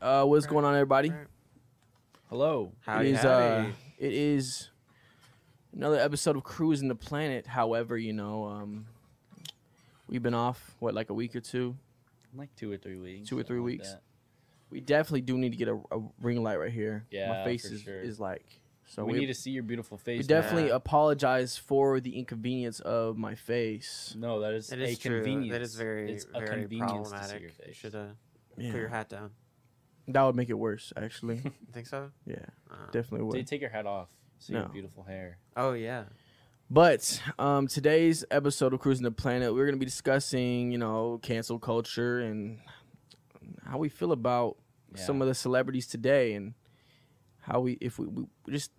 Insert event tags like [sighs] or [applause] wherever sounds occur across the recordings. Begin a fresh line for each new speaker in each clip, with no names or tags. Uh, what's going on, everybody?
Hello.
it
Howdy,
is uh,
howdy.
it is another episode of Cruising the Planet. However, you know, um, we've been off what like a week or two.
Like two or three weeks.
Two or three
something like
weeks.
that.
We definitely do need to get a, a ring light right here. my
Yeah,
face
for
is,
sure.
is like so.
we, need to see your beautiful face.
we
man.
definitely apologize for the inconvenience of my face.
No, that is,
That
a
is true.
convenience.
That is very,
it's a
very
convenience to see your
problematic. You
face.
should uh,
Yeah.
put your hat down.
That would make it worse,
[laughs]
actually.
You think so?
yeah,
Uh,
definitely would.
Did you take your hat off? See
No.
your beautiful hair.
oh yeah.
But um, today's episode of Cruising the Planet, we're going to be discussing, you know, cancel culture and how we feel about some
Yeah.
of the celebrities today and how we, if we, we we just,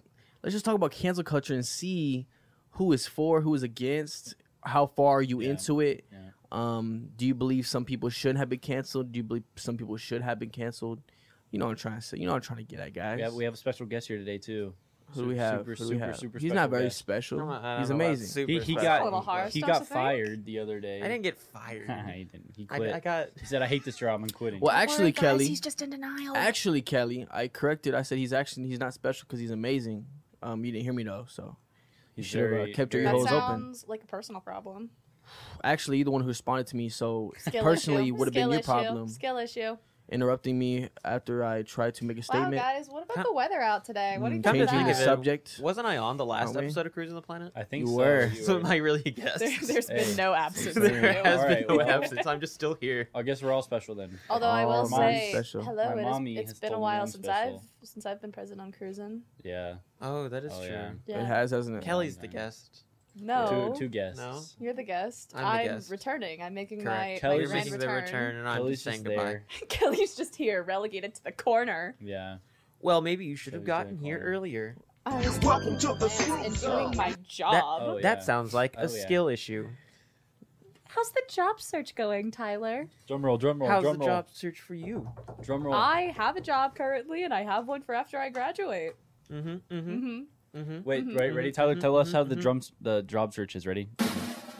let's just talk about cancel culture and see who is for, who is against, how far are you
Yeah.
into it.
Yeah.
Um, do you believe some people should have been canceled? Do you believe some people should have been canceled? You know what I'm trying to say. You know what I'm trying to get at, guys.
We have, we have a special guest here today too.
who do we have? Who
super,
do we
super,
have?
super
He's not
special
very
guest.
special.
I'm not- I don't
He's
know about
amici
super
He, he
special,
got
Little horror
he
stuff
got
to say?
fired the other day. [laughs]
I didn't get fired.
he didn't. He
I,
quit.
I got.
He said, "I hate this job. I'm quitting."
Well, actually,
guys,
Kelly,
he's just in denial.
Actually, Kelly, I corrected. I said he's actually he's not special because he's amazing. Um, you didn't hear me though, so you
He's
should have uh,
very-
kept your
very-
ear
that
holes open.
sounds like a personal problem.
Actually, you're the one who responded to me, so
Skill
personally
issue.
would have been
Skill
your
issue.
problem
Skill issue.
interrupting me after I tried to make a statement.
Wow, guys, what
Huh.
about the weather out today? What do you
mm,
think
kinda
of
changing the
think
that?
of
subject.
Wasn't I on the last
Aren't we?
episode of Cruising the Planet?
I think
You
so.
were.
You
So am I really
[laughs]
guessed?
There, has
Hey.
been no absence.
[laughs] There
There
[laughs] there has
All
been
right,
no
well-
absence. I'm just still here.
I guess we're all special then.
Although I
Oh,
will
my
say,
special.
My
hello, it
mommy
is,
has
it's been a
told me
while
I'm
since
special.
I've since I've been present on cruising.
Yeah.
Oh, that is
Oh,
true.
yeah.
It
Yeah.
has, hasn't it? [laughs]
Kelly-
Kelly's the
Okay.
guest.
No,
Two two guests.
No?
you're the guest.
I'm the guest.
returning. I'm making
Correct.
my, my
Kelly's
Kelly's
grand
making
return.
the return, and I'm
Kelly's
just saying
just
goodbye.
there.
[laughs] Kelly's just here, relegated to the corner.
Yeah.
Well, maybe you should have
Kelly's "Oh,
gotten
gonna
here
call her.
earlier.
I was talking to the and doing my
That,
job.
Oh, yeah.
that sounds like
Oh,
a
yeah.
skill issue.
How's the job search going, Tyler?
Drum roll. Drum roll.
How's
drum
the
roll.
job search for you?
Drum roll.
I have a job currently, and I have one for after I graduate.
Mm-hmm. Mm-hmm.
hmm
Mm-hmm.
Wait,
Mhm,
right, ready,
mhm,
Tyler?
mhm,
Tell us how the
mhm.
drums, the job search is ready.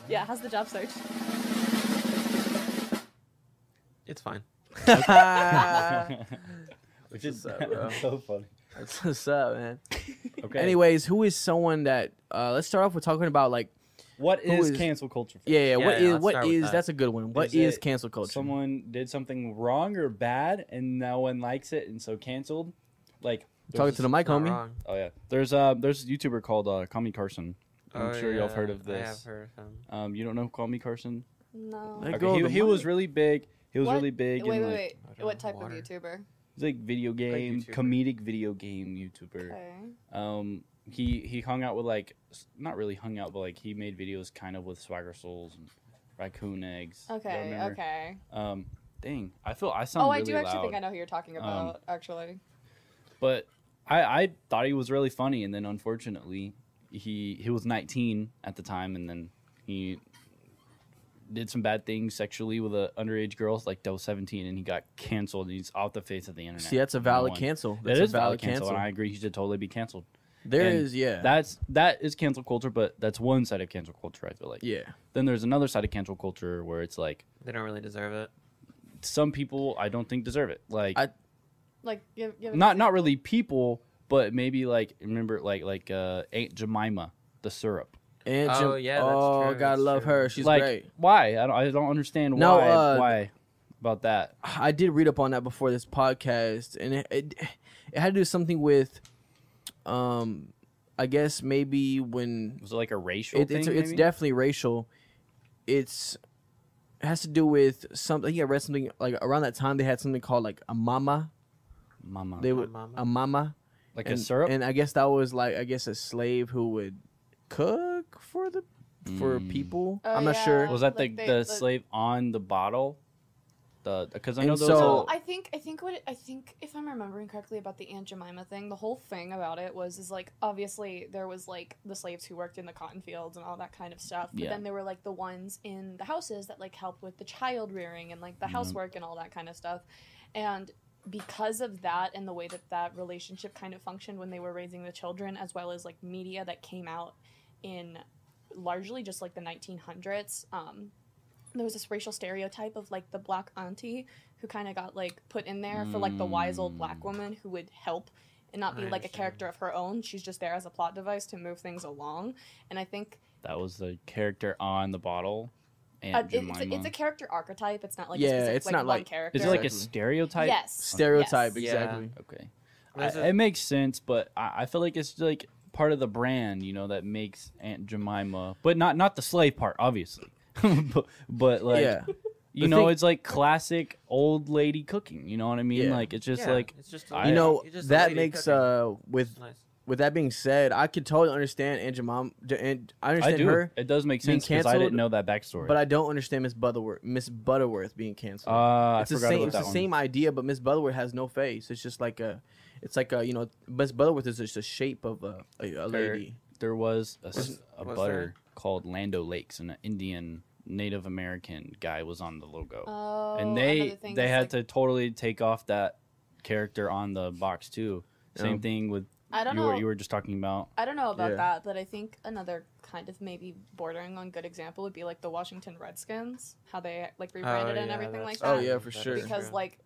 Yeah, how's the job
[laughs]
search? [laughs]
It's fine.
Uh,
[laughs] Which is [laughs]
What's up, bro?
so
[laughs]
funny.
That's what's up, man.
Okay.
Anyways, who is someone that? Uh, let's start off with talking about like,
what
who
is,
is-
cancel culture? for?
yeah, yeah.
Yeah,
what is?
yeah, let's
What
start with
is?
that.
That's a good one. What
Is
is,
it
cancel culture?
Someone did something wrong or bad, and no one likes it, and so canceled. Like there's
talking
this-
to the mic,
Not
homie.
wrong.
Oh yeah, there's uh, there's a YouTuber called uh, Call Me Carson. I'm
Oh,
sure y'all have heard
yeah,
of
I have
this.
heard of him.
Um, you don't know who Call Me Carson?
No.
Let
Okay,
go of
he
the
he was
mic.
really big. He was
What?
really big.
Wait, wait,
in, like,
wait.
I don't
What
know,
type
water.
of YouTuber?
He's like video game,
YouTuber.
comedic video game YouTuber.
Okay.
Um, he he hung out with like, s- not really hung out, but like he made videos kind of with Swagger Souls and Raccoon Eggs. Y'all
Okay.
remember?
Okay.
Um, dang, I feel I sound.
Oh, I
really
do actually
loud,
think I know who you're talking
Um,
about. actually.
But I I thought he was really funny, and then unfortunately, he he was 19 at the time, and then he did some bad things sexually with an underage girl, like that was 17, and he got canceled, and he's off the face of the internet.
See, that's a
No
valid
one-
cancel.
That
That's
is
a valid cancel.
and I agree. He should totally be canceled.
There
and
is, yeah,
That's that is cancel culture, but that's one side of cancel culture. I feel like.
yeah.
Then there's another side of cancel culture where it's like
They don't really deserve it.
some people I don't think deserve it. Like
I-
Like, give, give an
not not
example.
really people, but maybe like remember like like uh, Aunt Jemima the syrup.
And
Oh,
Jim-
yeah, that's
oh,
true,
God,
that's
love
true.
her. She's
like
great.
why? I don't, I don't understand
No,
why
uh,
why about that.
I did read up on that before this podcast, and it it, it had to do something with, um, I guess maybe when
Was it like a racial
it,
thing?
it's it's
maybe?
definitely racial. It's it has to do with something. I think I read something like around that time they had something called like a mama.
mama
They
A
would
mama?
a mama
like
and,
a syrup.
and I guess that was like I guess a slave who would cook for the for
Mm.
people.
Oh,
I'm not
yeah.
sure.
was that the,
Like they-
the
the-
slave on the bottle? the because I
And
know there
so-
So
was
I think I think what it, I think if I'm remembering correctly about the Aunt Jemima thing, the whole thing about it was is like obviously there was like the slaves who worked in the cotton fields and all that kind of stuff, but
Yeah.
then there were like the ones in the houses that like helped with the child rearing and like the
Mhm.
housework and all that kind of stuff, and because of that and the way that that relationship kind of functioned when they were raising the children as well as like media that came out in largely just like the 1900s um, there was this racial stereotype of like the black auntie who kind of got like put in there for like the wise old black
Mm.
woman who would help and not be
I
like a
understand.
character of her own she's just there as a plot device to move things along and i think
a, that was the character on the bottle. and
uh, it- it's, a, it's a character archetype it's not like yeah it's not like one character
Is it like a
Exactly.
stereotype?
yes
Stereotype,
Yes.
Yeah.
exactly.
Okay. I,
There's a-
it makes sense, but I, I feel like it's like part of the brand, you know, that makes Aunt Jemima, but not not the slave part, obviously. [laughs] but, but like
yeah,
you
The
know,
thing-
it's like classic old lady cooking. You know what I mean?
Yeah.
Like it's just
Yeah,
like
it's just
I-
you know
it's just a
that
lady
makes
cooking.
uh with
It's nice.
with that being said, I could totally understand Aunt Jemima, and I
I
understand
do.
her,
it does make
being
sense because I
canceled,
didn't know that backstory.
but I don't understand Miss Butterworth, Miss Butterworth being canceled.
uh,
it's
I
the
forgot
same.
about
It's
that
the
one.
same idea, but Miss Butterworth has no face. It's just like a, it's like a you know, Miss Butterworth is just a shape of a, a, a lady.
There was a, s-
Was-
a
was
butter
there-
called Lando Lakes, and an Indian Native American guy was on the logo.
oh,
and
another
they
thing
they
is,
had
like,
to totally take off that character on the box too. Same
Yeah.
thing with
i
you
don't know
were, you were just talking about.
I don't know about
Yeah.
that, but I think another kind of maybe bordering on good example would be like the Washington Redskins, how they like rebranded
Oh,
and
yeah,
everything
that's
like that.
Oh, yeah,
true.
for
That is
sure.
Because
true.
like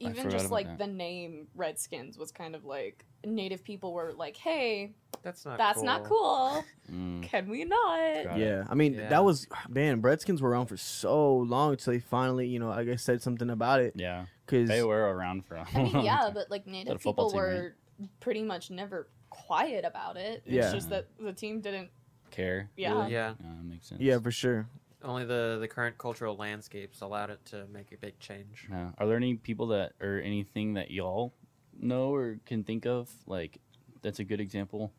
I
even
forgot
just
about
like
that.
the name Redskins was kind of like native people were like, "Hey,
that's not
that's not cool.
[laughs] Mm,
Can we not?"
Got it.
Yeah, I mean
Yeah.
that was man. Redskins were around for so long until they finally, you know, I guess said something about it
yeah,
because
they were around for. a
I mean,
long
yeah,
time. [laughs]
but like
But a
native
football
people
team,
were pretty much never quiet about it.
Yeah.
It's just that the team didn't
care.
Yeah.
really?
Yeah,
that makes sense.
yeah, for sure.
only the the current cultural landscapes allowed it to make a big change.
Yeah. Are there any people that or anything that y'all know or can think of like that's a good example,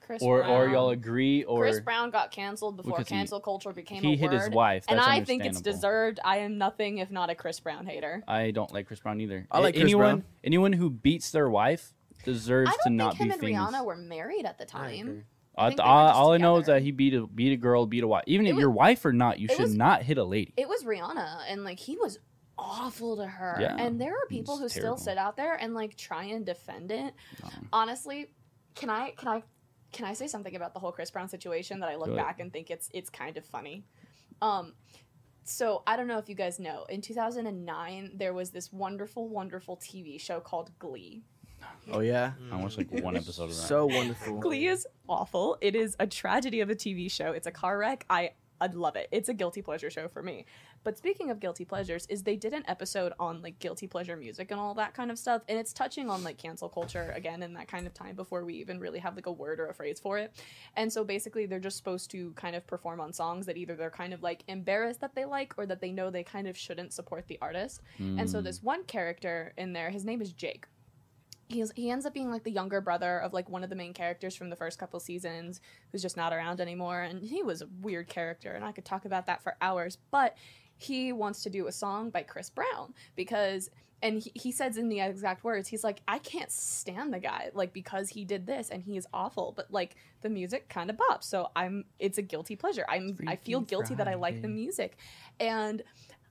Chris
or or
Brown-
y'all agree or
Chris Brown got canceled before
Because he-
cancel culture became
he
a
hit
word.
his wife.
and
That's
I think it's
understandable.
deserved. I am nothing if not a Chris Brown hater.
I don't like Chris Brown either.
I
A-
like Chris
anyone
Brown.
anyone who beats their wife deserves
I
to
don't
not
think him
be
and
famous.
Rihanna were married at the
I
time.
agree.
I th-
think they were
all
just
all I know is
together.
that he beat a beat a girl, beat a wife. Even
It
if
was-
your wife or not, you
it
should
was-
not hit a
[laughs]
lady.
It was Rihanna, and like he was awful to her.
Yeah,
and there are people
it's
who
terrible.
still sit out there and like try and defend it.
Um,
Honestly, can I can I can I say something about the whole Chris Brown situation that I look
Go ahead.
back and think it's it's kind of funny. Um so I don't know if you guys know, in 2009 there was this wonderful wonderful TV show called Glee.
Oh yeah,
I
Mm.
watched like one episode of that.
so wonderful.
Glee is awful. It is a tragedy of a TV show. It's a car wreck. I I love it. It's a guilty pleasure show for me. But speaking of guilty pleasures, is they did an episode on like guilty pleasure music and all that kind of stuff, and it's touching on like cancel culture again in that kind of time before we even really have like a word or a phrase for it. And so basically, they're just supposed to kind of perform on songs that either they're kind of like embarrassed that they like or that they know they kind of shouldn't support the artist. And so
Mm.
this one character in there, his name is Jake. He's, he ends up being like the younger brother of like one of the main characters from the first couple seasons who's just not around anymore and he was a weird character and i could talk about that for hours but he wants to do a song by chris brown because and he, he says in the exact words he's like i can't stand the guy like because he did this and he is awful but like the music kind of bops so i'm it's a guilty pleasure i'm i feel
Freaky
guilty that i like the
Friday.
music and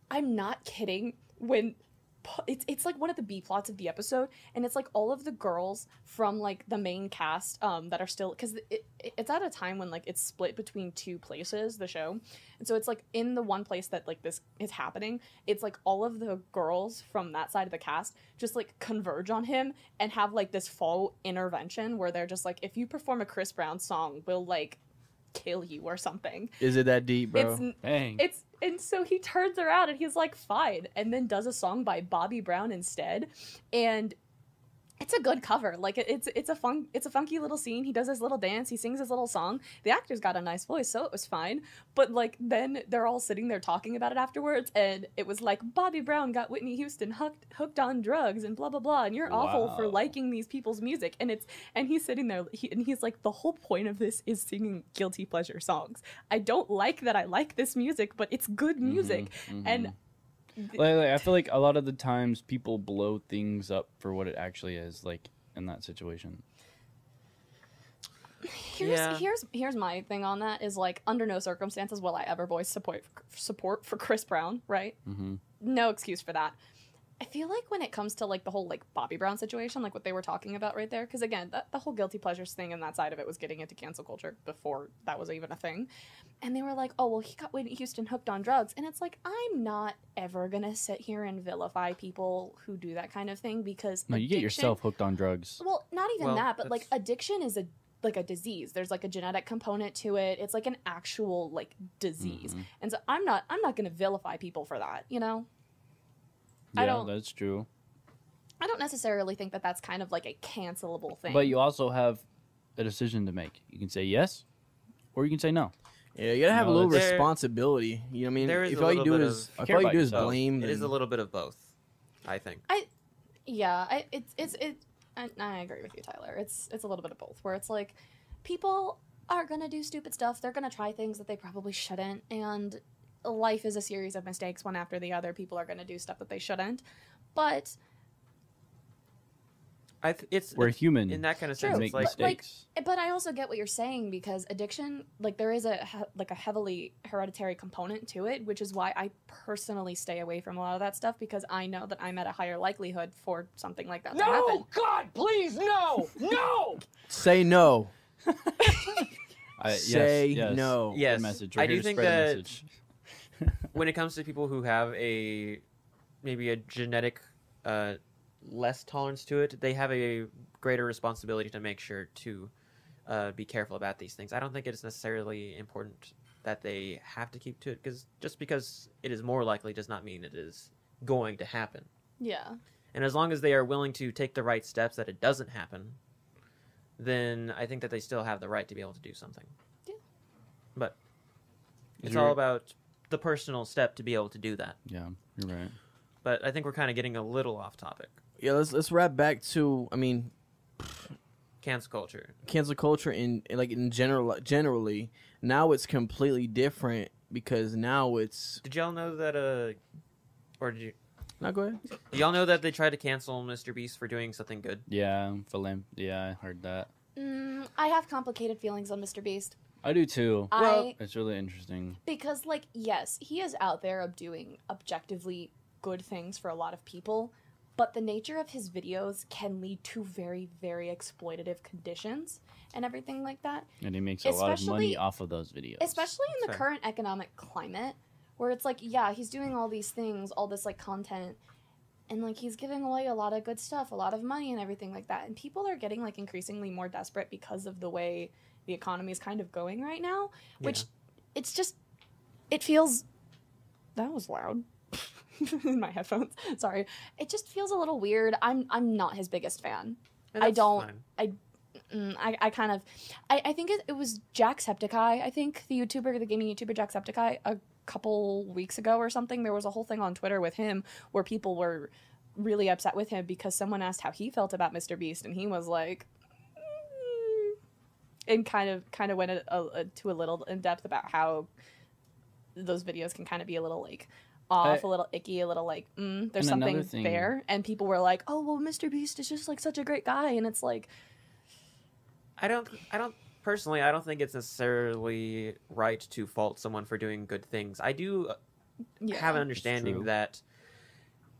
i'm not kidding when pu- it's it's like one of the B plots of the episode, and it's like all of the girls from like the main cast um that are still because it, it- it's at a time when like it's split between two places the show, and so it's like in the one place that like this is happening, it's like all of the girls from that side of the cast just like converge on him and have like this fall intervention where they're just like if you perform a Chris Brown song, we'll like kill you or something.
Is it that deep, bro?
It's
Dang.
it's and so he turns around and he's like, fine, and then does a song by Bobby Brown instead, and it's a good cover. Like it- it's it's a fun it's a funky little scene. He does his little dance. He sings his little song. The actor's got a nice voice, so it was fine. But like then they're all sitting there talking about it afterwards, and it was like Bobby Brown got Whitney Houston hooked hooked on drugs and blah blah blah, and you're awful for
Wow.
liking these people's music. And it's and he's sitting there he, and he's like, the whole point of this is singing guilty pleasure songs. I don't like that I like this music, but it's good music.
Mhm,
And
mhm. Mm-hmm. Like, like, I feel like a lot of the times people blow things up for what it actually is, like in that situation.
Here's
Yeah.
here's here's my thing on that is like under no circumstances will I ever voice support support for Chris Brown, right?
Mm-hmm.
No excuse for that. I feel like when it comes to like the whole like Bobby Brown situation, like what they were talking about right there, because again, that, the whole guilty pleasures thing and that side of it was getting into cancel culture before that was even a thing. And they were like, "Oh well, he got Whitney Houston hooked on drugs," and it's like I'm not ever gonna sit here and vilify people who do that kind of thing because
No, you get
addiction-
yourself hooked on drugs.
well, not even
Well,
that, but like
that's-
addiction is a like a disease. There's like a genetic component to it. It's like an actual like disease.
Mhm.
And so I'm not I'm not going to vilify people for that, you know. I
Yeah,
don't-
that's true.
I don't necessarily think that that's kind of like a cancelable thing.
But you also have a decision to make. You can say yes, or you can say no.
Yeah, you gotta have
No,
a little
that's- There-
responsibility. You know what I mean?
there is
if
a
all you
little
do
bit
is
of-
if
Care
all you
about
do is
yourself.
blame,
It is a
then-
little bit of both, I think.
yeah, I, it's it's it. I, I agree with you, Tyler. It's it's a little bit of both, where it's like people are going to do stupid stuff. They're going to try things that they probably shouldn't, and life is a series of mistakes, one after the other. People are going to do stuff that they shouldn't, but
I th- it's
We're human.
in that kind of
True,
and
sense.
make
It's like
but, like,
mistakes.
But I also get what you're saying because addiction, like there is a he- like a heavily hereditary component to it, which is why I personally stay away from a lot of that stuff because I know that I'm at a higher likelihood for something like that to happen.
God, please, no, no.
say no.
I, yes,
say
yes.
no.
Good
Yes,
message. We're
I
here
do
to
think
spread a
that- [laughs]
message.
when it comes to people who have a maybe a genetic uh, less tolerance to it, they have a greater responsibility to make sure to uh, be careful about these things. I don't think it is necessarily important that they have to keep to it because just because it is more likely does not mean it is going to happen.
Yeah,
And as long as they are willing to take the right steps that it doesn't happen, then I think that they still have the right to be able to do something.
Yeah.
But
Is
it's
your-
all about the personal step to be able to do that.
Yeah, you're right.
But I think we're kind of getting a little off topic.
Yeah, let's let's wrap back to. I mean,
Cancel culture.
cancel culture in like in general generally now it's completely different because now it's.
Did y'all know that uh or did you
Now go ahead.
do y'all know that they tried to cancel Mr. Beast for doing something good?
Yeah, philam- Yeah, I heard that.
mm, I have complicated feelings on Mr. Beast.
I do too.
I
it's really interesting.
because like yes, he is out there of doing objectively good things for a lot of people, but the nature of his videos can lead to very very exploitative conditions and everything like that.
And he makes a lot of
Especially-
money off of those videos.
especially in the
Fair.
current economic climate where it's like yeah he's doing all these things all this like content and like he's giving away a lot of good stuff a lot of money and everything like that and people are getting like increasingly more desperate because of the way the economy is kind of going right now which it's just it feels that was loud [laughs] in my headphones sorry it just feels a little weird i'm i'm not his biggest fan
And
I
that's
don't-
fine.
Mm, I, I kind of, I, I think it, it was Jacksepticeye. I think the YouTuber, the gaming YouTuber Jacksepticeye, a couple weeks ago or something, there was a whole thing on Twitter with him where people were really upset with him because someone asked how he felt about Mr. Beast, and he was like, "Mm," and kind of kind of went a, a, a- to a little in depth about how those videos can kind of be a little like off,
I-
a little icky, a little like mm, there's
And
something
another thing-
there, and people were like, oh well, Mr. Beast is just like such a great guy, and it's like.
I don't I don't personally I don't think it's necessarily right to fault someone for doing good things. I do have an
true.
understanding that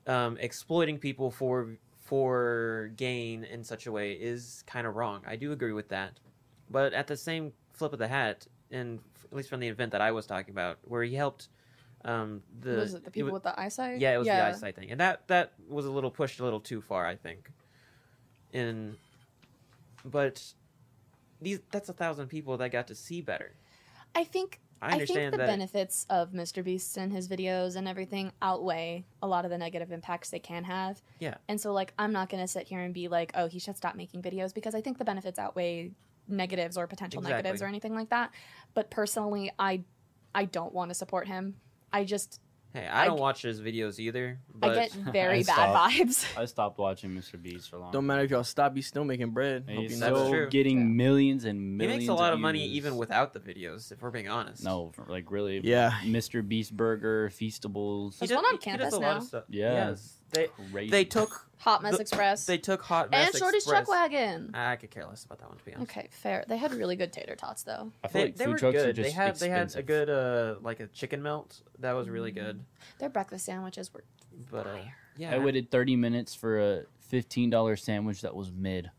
um, exploiting people for for gain in such a way is kind of wrong. I do agree with that, but at the same flip of the hat, and f- at least from the event that I was talking about, where he helped um, the
was it the
it
people
wa-
with the eyesight?
yeah, it was the eyesight thing, and that that was a little pushed a little too far, I think. And but these that's a thousand people that got to see better.
I think
I
I, think
understand
the
that.
benefits of Mr. Beast and his videos and everything outweigh a lot of the negative impacts they can have.
Yeah.
And so like I'm not gonna sit here and be like, oh, he should stop making videos because I think the benefits outweigh negatives or potential negatives
Exactly.
or anything like that. But personally, I I don't want to support him. I just
Hey, I
I
don't
g-
watch his videos either,
I
but [laughs]
get very
I
bad
stopped.
vibes. [laughs]
I stopped watching Mr. Beast for long.
Don't matter if y'all stop, he's still making bread. Hope
He's
you
That's
know.
still
true.
getting
Yeah.
millions and
he
millions.
makes a lot of
of
money
views.
even without the videos. If we're being honest,
No, like really.
Yeah.
Mr. Beast Burger, Feastables.
There's one on campus now.
stuff.
Yeah.
they
Crazy.
they took
[laughs] Hot Mess
The-
Express
they took hot mess
and Shorty's
Express.
Chuck Wagon.
I could care less about that one to be honest.
Okay, fair. They had really good tater tots though.
I feel
They,
like
they
food
were
trucks
good.
are just
they had
expensive.
they had a good uh like a chicken melt that was really good.
Their breakfast sandwiches were
But uh,
Mm-hmm. Fire.
yeah,
I waited 30 minutes for a $15 sandwich that was mid.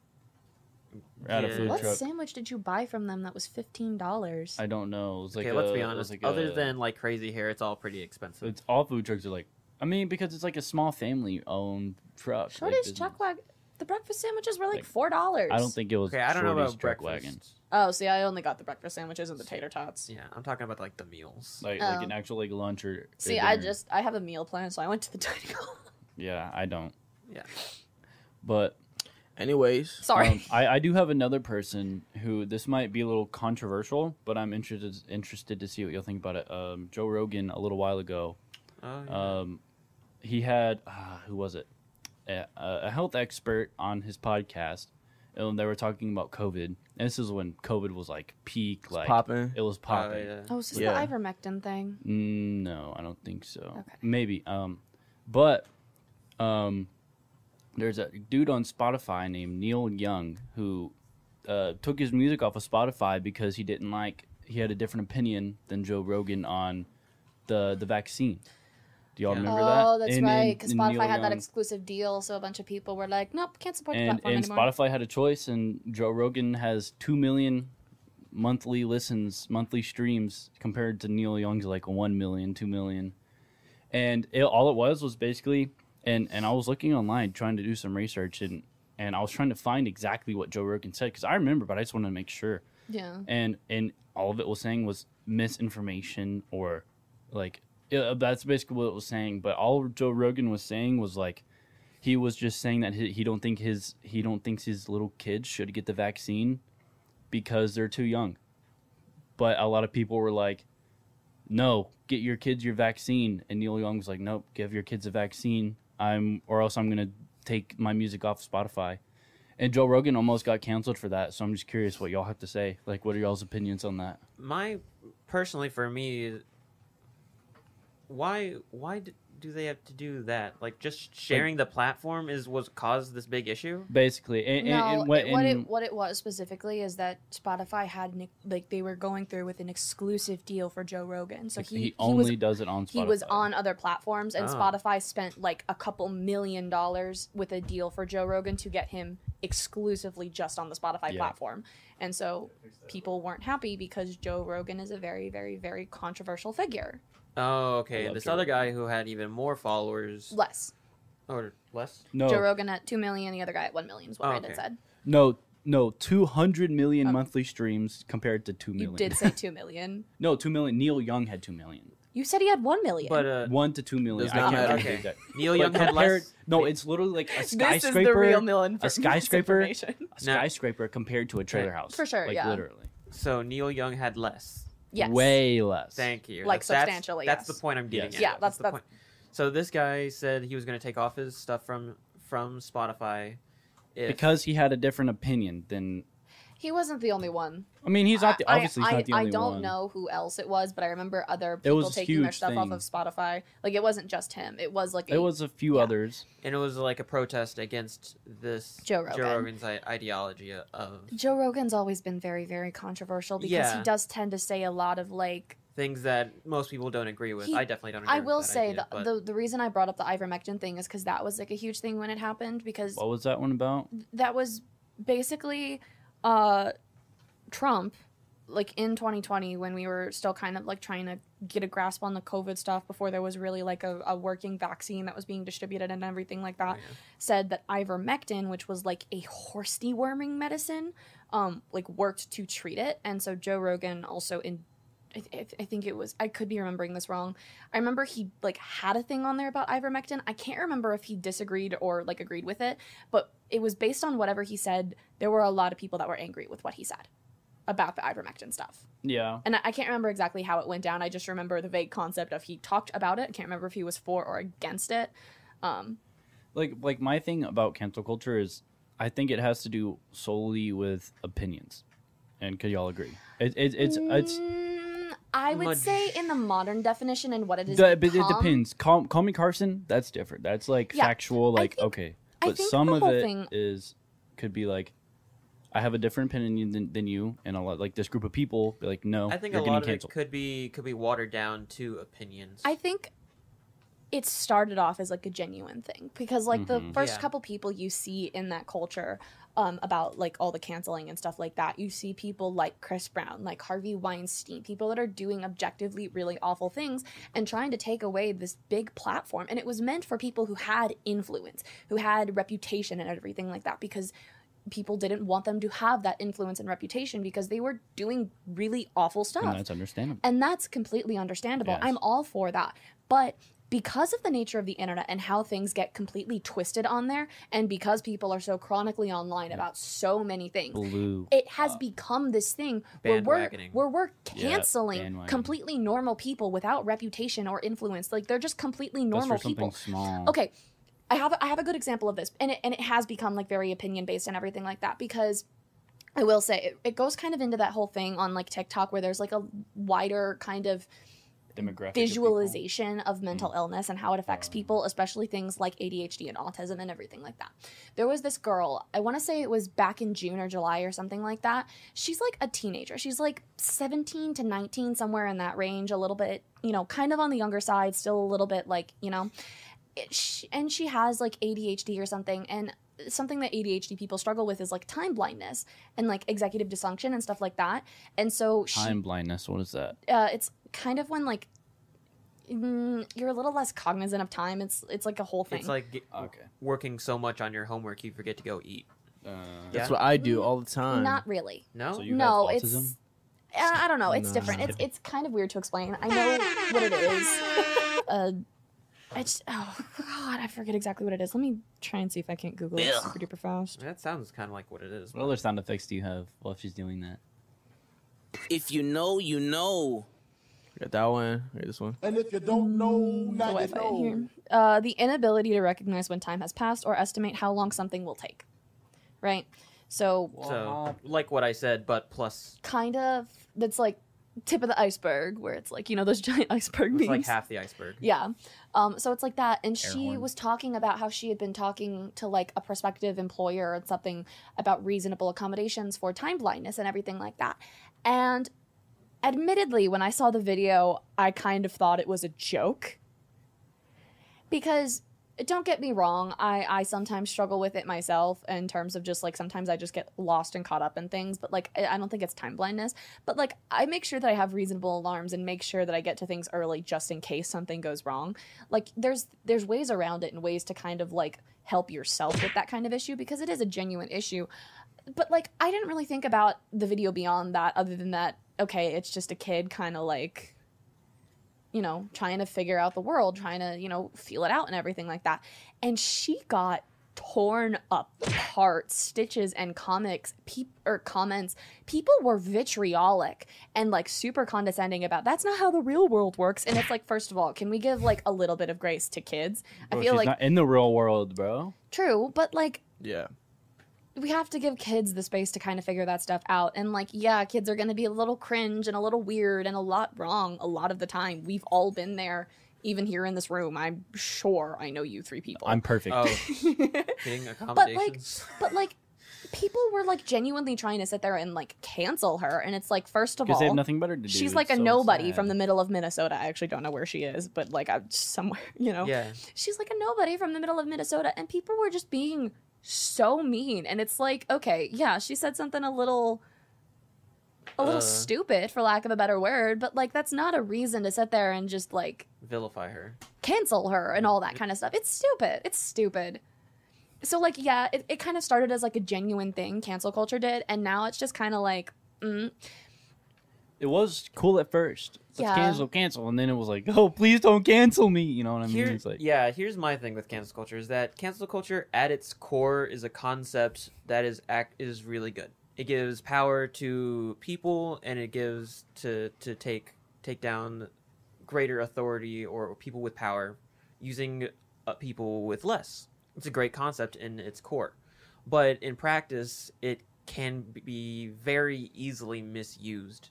At a
Yeah.
food
What
truck.
sandwich did you buy from them that was fifteen dollars?
I don't know. It was like
okay, let's
a-
be
it was
honest.
like
Other
a-
than like crazy hair, it's all pretty
so
expensive.
it's all food trucks are like. I mean, because it's like a small family-owned truck. like,
Shorty's
business.
Chuck Wagon. The breakfast sandwiches were like
Like,
four dollars.
I don't think it was.
Okay, I don't know
Shorty's
about
Chuck
breakfast.
Wagon.
Oh, see, I only got the breakfast sandwiches and the tater tots.
Yeah, I'm talking about like the meals.
Like,
Oh.
like an actual like lunch or. or
See, I
dinner.
just I have a meal plan, so I went to the [laughs] dining hall.
Yeah, I don't.
Yeah.
But
Anyways,
Sorry.
Um, I, I do have another person who this might be a little controversial, but I'm interested interested to see what you'll think about it. Um, Joe Rogan a little while ago,
Oh, yeah.
um, he had uh, who was it? A, a health expert on his podcast, and they were talking about COVID. And this is when COVID was like peak, like
popping.
it was
Oh,
popping.
yeah.
oh, is this
yeah.
the ivermectin thing?
Mm, No, I don't think so.
Okay.
Maybe. Um, but um, there's a dude on Spotify named Neil Young who uh, took his music off of Spotify because he didn't like he had a different opinion than Joe Rogan on the the vaccine. Do y'all
Yeah.
remember that?
Oh, that's
And-
right.
and-
Because
and
Spotify
Neil
had that
Young-
exclusive deal, so a bunch of people were like, "Nope, can't support the
and
platform
and
anymore."
Spotify had a choice, and Joe Rogan has two million monthly listens, monthly streams, compared to Neil Young's like one million, two million, and it, all it was was basically, and and I was looking online trying to do some research, and and I was trying to find exactly what Joe Rogan said because I remember, but I just wanted to make sure,
yeah.
and and all of it was saying was misinformation or like yeah, that's basically what it was saying but all joe rogan was saying was like he was just saying that he, he don't think his he don't thinks his little kids should get the vaccine because they're too young but a lot of people were like no get your kids your vaccine and neil young was like nope give your kids a vaccine i'm or else i'm gonna take my music off spotify and joe rogan almost got canceled for that so i'm just curious what y'all have to say like what are y'all's opinions on that
my personally for me why why d- do they have to do that like just sharing the platform is what caused this big issue
basically and,
no,
and, and what,
it- what,
and-
it, what it was specifically is that Spotify had an- like they were going through with an exclusive deal for Joe Rogan, so
Like,
he,
he,
he
only
was
does it on Spotify.
he was on other platforms, and
Ah.
Spotify spent like a couple million dollars with a deal for Joe Rogan to get him exclusively just on the Spotify
Yeah.
platform, and so people weren't happy because Joe Rogan is a very, very, very controversial figure.
I
oh okay
love
this
Joe
other
Rogan.
guy who had even more followers
Less
or less
no,
Joe Rogan at two million, the other guy at one million is what
Oh,
Brandon
okay.
said.
no, no, two hundred million
Oh.
monthly streams compared to two million.
You did say two million.
no, two million. Neil Young had two million.
You said he had one million.
but uh
One to two million.
Does
I
not
can't
matter.
remember
Okay.
that.
neil
But
young had
compared-
less
No,
wait,
it's literally like a
[laughs] this is the real
skyscraper.
mill infor-
a skyscraper.
misinformation. [laughs]
A skyscraper compared to a trailer house.
For sure,
Like
yeah.
literally.
so neil young had less
Yes.
Way less.
thank you That's-
Like, substantially,
that's,
yes.
the point i'm getting
Yes.
at
Yeah, that's-
the
that's-
point so this guy said he was going to take off his stuff from from spotify if,
Because he had a different opinion than.
He wasn't the only one.
I mean, he's not the,
I-
obviously he's
I,
not the only
I don't
one.
know who else it was, but I remember other
It was
people
a
taking their
huge
stuff off
thing.
of Spotify. Like it wasn't just him. It was like
It
a-
was a few
Yeah.
others.
and it was like a protest against this
Joe Rogan.
Rogan's I- ideology of
Joe Rogan's always been very, very controversial because
Yeah.
he does tend to say a lot of like
things that most people don't agree with.
He-
I definitely don't. Agree
I will
with that
say
idea,
the,
but
the the reason I brought up the ivermectin thing is because that was like a huge thing when it happened because
What was that one about?
that was basically uh Trump like in 2020 when we were still kind of like trying to get a grasp on the covid stuff before there was really like a, a working vaccine that was being distributed and everything like that said that ivermectin which was like a horse deworming medicine um like worked to treat it and so joe rogan also in I, th- I think it was i could be remembering this wrong i remember he like had a thing on there about ivermectin i can't remember if he disagreed or like agreed with it but it was based on whatever he said there were a lot of people that were angry with what he said about the ivermectin stuff.
Yeah.
And I, I can't remember exactly how it went down. I just remember the vague concept of he talked about it. I can't remember if he was for or against it. Um,
Like like my thing about cancel culture is I think it has to do solely with opinions. And could y'all agree? It, it, it's it's
Mm, I would say in the modern definition and what it is.
the, but it
become,
depends. Call, call me Carson. That's different. That's like
Yeah,
factual. Like
think-
okay,
I
but
think
some
the
of
whole
it is
thing-
could be like, I have a different opinion than, than you, and a lot like this group of people be like, no,
I think
you're
a
getting
lot of
canceled.
it could be could be watered down to opinions.
I think it started off as like a genuine thing because like the
Mhm.
first
Yeah.
couple people you see in that culture um, about like all the canceling and stuff like that, you see people like Chris Brown, like Harvey Weinstein, people that are doing objectively really awful things and trying to take away this big platform. And it was meant for people who had influence, who had reputation and everything like that because people didn't want them to have that influence and reputation because they were doing really awful stuff.
and that's understandable.
And that's completely understandable.
Yes.
I'm all for that. But because of the nature of the internet and how things get completely twisted on there, and because people are so chronically online about so many things,
Blue.
it has become this thing where we're,
Bandwagoning.
where we're
uh, Yeah,
canceling
bandwagoning.
completely normal people without reputation or influence. Like they're just completely
That's
normal
for something
people.
small.
Okay. I have I have a good example of this, and it and it has become like very opinion based and everything like that because I will say it, it goes kind of into that whole thing on like TikTok where there's like a wider kind of
Demographic of people. Mm.
visualization of mental illness and how it affects people, especially things like ADHD and autism and everything like that. There was this girl, I want to say it was back in June or July or something like that. She's like a teenager. She's like 17 to 19, somewhere in that range, a little bit, you know, kind of on the younger side, still a little bit like, you know. It, she, and she has like ADHD or something. And something that ADHD people struggle with is like time blindness and like executive dysfunction and stuff like that. And so she
Time blindness. What is that?
uh, it's kind of when like mm, you're a little less cognizant of time. It's it's like a whole thing.
it's like ge-
Okay.
working so much on your homework you forget to go eat.
Uh,
Yeah.
That's what I do all the time.
not really.
No,
So you
no,
have
it's
autism.
uh, I don't know. It's different.
Nah.
It's it's kind of weird to explain. I know what it is. uh, it's oh god, I forget exactly what it is. Let me try and see if I can't Google it super duper fast.
that sounds kind of like what it is.
What other sound effects do you have while she's doing that?
If you know, you know.
Got that one. Got this one.
And if you don't know,
The
now you
Wi-Fi in
know.
here. Uh, the inability to recognize when time has passed or estimate how long something will take. Right. So
So like what I said, but plus
kind of that's like tip of the iceberg where it's like you know those giant [laughs] iceberg
it's like
memes
half
[laughs]
the iceberg.
yeah um so it's like that and she
horn.
was talking about how she had been talking to like a prospective employer and something about reasonable accommodations for time blindness and everything like that and admittedly when i saw the video i kind of thought it was a joke because don't get me wrong i i sometimes struggle with it myself in terms of just like sometimes i just get lost and caught up in things but like i I don't think it's time blindness but like i make sure that i have reasonable alarms and make sure that i get to things early just in case something goes wrong like there's there's ways around it and ways to kind of like help yourself with that kind of issue because it is a genuine issue but like i didn't really think about the video beyond that other than that okay it's just a kid kind of like you know, trying to figure out the world, trying to, you know, feel it out and everything like that. And she got torn apart, stitches and comics, peop- or comments. People were vitriolic and like super condescending about that's not how the real world works. And it's like, first of all, can we give like a little bit of grace to kids? I
Bro,
feel
she's
like
not in the real world, bro.
true, but like
Yeah.
we have to give kids the space to kind of figure that stuff out. And like, yeah, kids are going to be a little cringe and a little weird and a lot wrong a lot of the time. We've all been there, even here in this room. I'm sure I know you three people. [laughs]
I'm perfect.
Oh, getting accommodations.
but like, people were like genuinely trying to sit there and like cancel her. And it's like, first of
Because they have
all,
nothing better to do.
she's like a
It's so
nobody
sad.
from the middle of Minnesota. I actually don't know where she is, but like, I'm somewhere, [laughs] you know?
yeah,
she's like a nobody from the middle of Minnesota, and people were just being so mean. And it's like, okay, yeah, she said something a little, a little
Uh.
stupid, for lack of a better word, but like that's not a reason to sit there and just like
vilify her.
cancel her and all that kind of stuff. It's stupid. It's stupid. So like, yeah, it, it kind of started as like a genuine thing, cancel culture did, and now it's just kind of like, mm,
It was cool at first. Let's
Yeah.
cancel, cancel, and then it was like, oh, please don't cancel me. You know what I mean?
Here-
it's like,
yeah, here's my thing with cancel culture is that cancel culture at its core is a concept that is act is really good. It gives power to people, and it gives to to take take down greater authority or people with power using uh, people with less. It's a great concept in its core, but in practice, it can be very easily misused.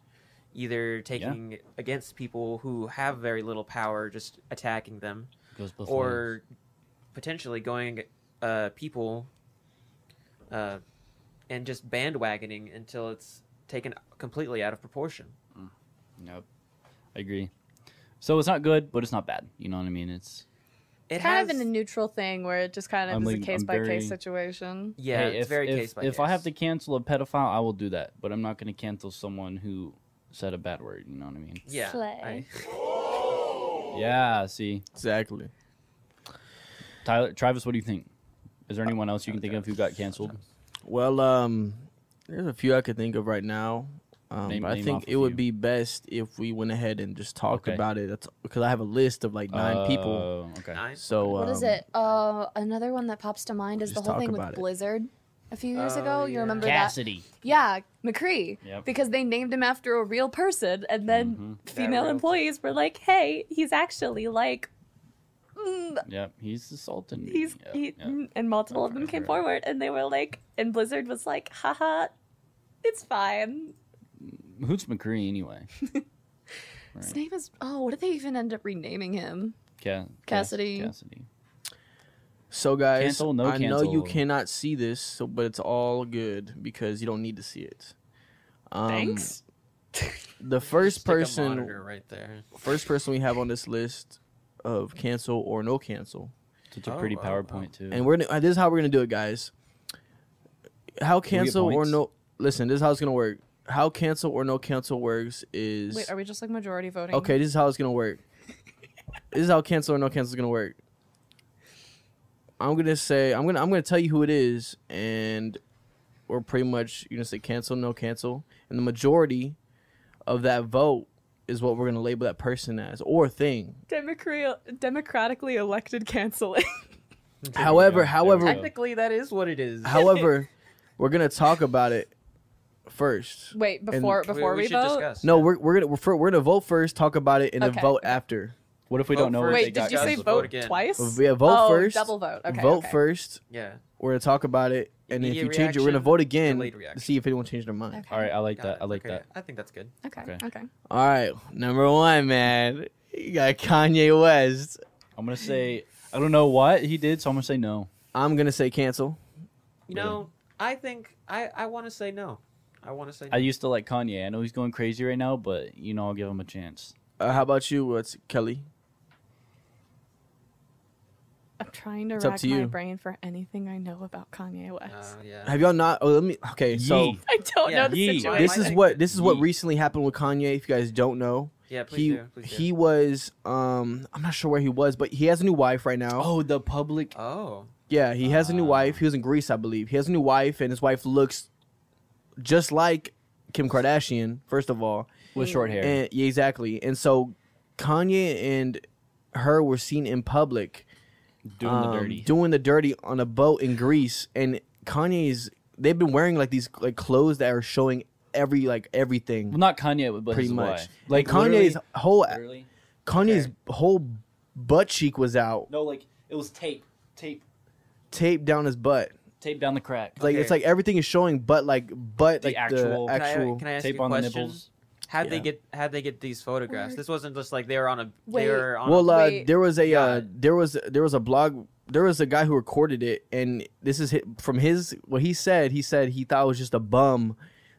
Either taking against people who have very little power, just attacking them,
Goes both
or potentially going uh, people uh, and just bandwagoning until it's taken completely out of proportion.
ways. Yep. I agree. So it's not good, but it's not bad. You know what I mean? It's
It
kind
has,
of in a neutral thing where it just kind of
I'm
is
like-
a
I'm
case by
very-
case situation.
yeah,
hey,
it's
if,
very
if,
case by
If
case.
I have to cancel a pedophile, I will do that. But I'm not going to cancel someone who said a bad word. You know what I mean?
yeah, I-
Slay.
Yeah. See,
Exactly.
Tyler, Travis, what do you think? Is there anyone else you can think of who got canceled?
Well, um, there's a few I could think of right now. Um,
Name-
but I
name
think
off a
it would
few.
be best if we went ahead and just talked
Okay.
about it. That's because I have a list of like nine people.
Oh, Okay. [laughs]
nine?
So
What is
um,
it? Uh, another one that pops to mind is the
just
whole
talk
thing
about
with
it.
Blizzard a few years
Oh,
ago.
yeah.
You remember that?
Cassidy.
Yeah, McCree.
Yep.
Because they named him after a real person, and then
Hmm,
Mhm.
That
female
real-
employees were like, "Hey, he's actually like." mm,
Yep. He's assaulting. me.
He's
Yep,
he,
yep.
mm, and multiple of them
That's
came
right.
forward and they were like and Blizzard was like haha it's fine
Who's McCree anyway?
his
Right.
name is oh what did they even end up renaming him
Ca-
Cassidy.
Cassidy.
So guys,
Cancel, no
I know you
cancel.
cannot see this, so but it's all good because you don't need to see it. Um,
Thanks.
The first
Just like a
person,
monitor
[laughs]
right there.
first person we have on this list of cancel or no cancel,
Such a
Oh,
pretty
oh, oh.
PowerPoint too.
and we're gonna, uh, this is how we're gonna do it, guys. How
we get
cancel or
points?
no? Listen, this is how it's gonna work. How cancel or no cancel works is
Wait, are we just like majority voting?
okay. This is how it's gonna work. this is how cancel or no cancel is gonna work. I'm gonna say I'm gonna I'm gonna tell you who it is, and we're pretty much you're gonna say cancel, no cancel, and the majority of that vote is what we're gonna label that person as or thing.
Democra- democratically elected canceling.
however,
there
[laughs]
we
however,
go.
Technically, that is what it is. [laughs]
however, we're gonna talk about it first.
Wait, before
we,
before we,
should
vote.
discuss.
No, we're we're gonna we're, fir- we're gonna vote first, talk about it, and then
Okay.
vote after.
what if we
Vote
don't know?
first,
what they
Wait,
got
did you say
canceled
vote,
for?
Vote again.
twice?
Yeah, vote
oh,
first.
double vote. Okay,
vote
okay.
first.
yeah,
We're gonna talk about it, and if you
Immediate
change it, we're gonna
reaction,
vote again
delayed
to
reaction.
see if anyone changed their mind.
All right, I like
got
that.
it.
I like
Okay,
that.
I think that's good.
okay
Okay.
okay,
All right, number one, man, you got Kanye West.
I'm gonna say I don't know what he did, so I'm gonna say no.
I'm gonna say cancel.
You
Really?
know, I think I I want to say no. I want to say no.
I used to like Kanye. I know he's going crazy right now, but you know I'll give him a chance.
Uh, how about you? What's Kelly?
I'm trying to
It's up
rack
to
my
you.
brain for anything I know about Kanye West.
Uh, yeah.
Have y'all not? Oh, let me. Okay, so
Yee.
[laughs] I don't
Yeah.
know the
Yee.
situation.
this
Why am I
is what
thinking?
this is what
Yeet.
recently happened with Kanye. If you guys don't know,
yeah, please
he
do. Please do.
he was um I'm not sure where he was, but he has a new wife right now.
Oh, the public.
Oh,
Yeah, he has a
Ah.
new wife. He was in Greece, I believe. He has a new wife, and his wife looks just like Kim Kardashian. First of all,
With short hair.
And, yeah, exactly. And so Kanye and her were seen in public
doing
um,
the dirty.
doing the dirty on a boat in Greece. And Kanye's they've been wearing like these like clothes that are showing every like everything
well, not Kanye, but
pretty
his
much.
wife.
Like Kanye's
literally-
whole
literally-
Kanye's whole butt cheek was out,
No, like it was tape, tape,
taped down his butt.
tape down the crack.
Like it's like everything is showing, but like but
The
like the
actual- Can
can I,
actual.
can I ask
tape
you a
on the
question?
nipples.
How'd they
Yeah.
get? How'd they get these photographs?
Or-
This wasn't just like they were on a.
Wait.
They were on.
well,
a,
uh,
Wait.
there was a uh,
Yeah.
there was there was a blog there was a guy who recorded it, and this is hi- from his what he said. He said he thought it was just a bum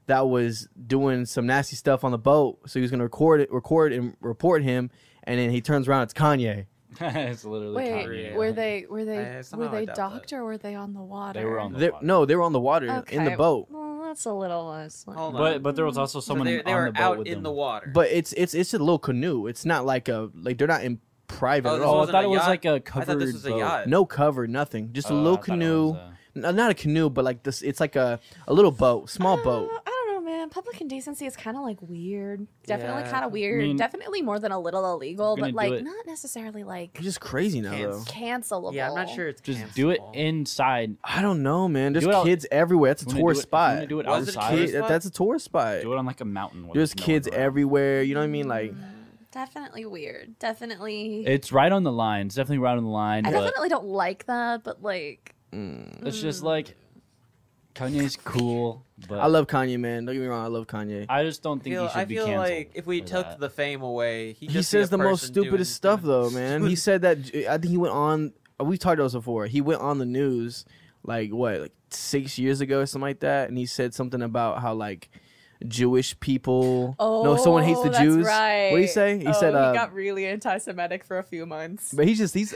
that was doing some nasty stuff on the boat, so he was gonna record it, record and report him, and then he turns around, it's Kanye.
[laughs] it's literally
Wait,
Kanye.
were they were
I-
they were
somehow I
they
doubt that.
docked or were they on the water?
They were on the
They-
water.
no, they were on the water in the
Okay.
boat,
well that's a little less
Hold on.
But but there was also someone
so they, they
on
were
the boat
out
with
in
them.
the water.
but it's it's it's a little canoe. It's not like a like they're not in private
Oh,
at
this
Oh, I
all.
wasn't
thought
a
it was
yacht.
like a
I
covered
thought this was a
boat.
yacht.
[laughs] No cover, nothing. Just a
Uh, I
little
thought it was,
canoe.
uh,
[laughs]
Uh,
N- Not a canoe, but like this. It's like a, a little boat, small boat.
I don't know man
public indecency is kind of like weird. Definitely
Yeah.
kind of weird.
mean,
Definitely more than a little illegal,
you're
but
gonna do
like
it-
not necessarily like
He's just crazy now,
Can't
though.
cancelable.
Yeah, I'm not sure it's
Just do it
cancelable.
inside.
I don't know, man. There's
Do it out-
kids everywhere. That's a
If you wanna
tourist
do it- if you wanna
spot.
Do it
Was it
outside.
tourist
Kid- that-
spot?
that's a tourist spot.
Do it on like a mountain. where
There's
no
kids
one around.
everywhere. You know what I mean? Like,
Definitely weird. Definitely.
It's right on the line. It's definitely right on the line.
I
but
definitely don't like that, but like
mm.
it's just like Kanye's cool, but
I love Kanye, man. Don't get me wrong. I love Kanye.
I just don't
I
think
feel,
he should
I
be
feel
canceled.
like if we
for
took
that.
the fame away, he, just
he
be
says
a
the most
person doing
stupidest stuff,
doing-
though, man. He said that. I think he went on. We've talked about this before. He went on the news, like what, like six years ago or something like that, and he said something about how like Jewish people. no, someone hates
Oh,
the
that's
Jews. What do you
right.
say? He
oh,
said. uh,
he got really anti-Semitic for a few months.
But he's just he's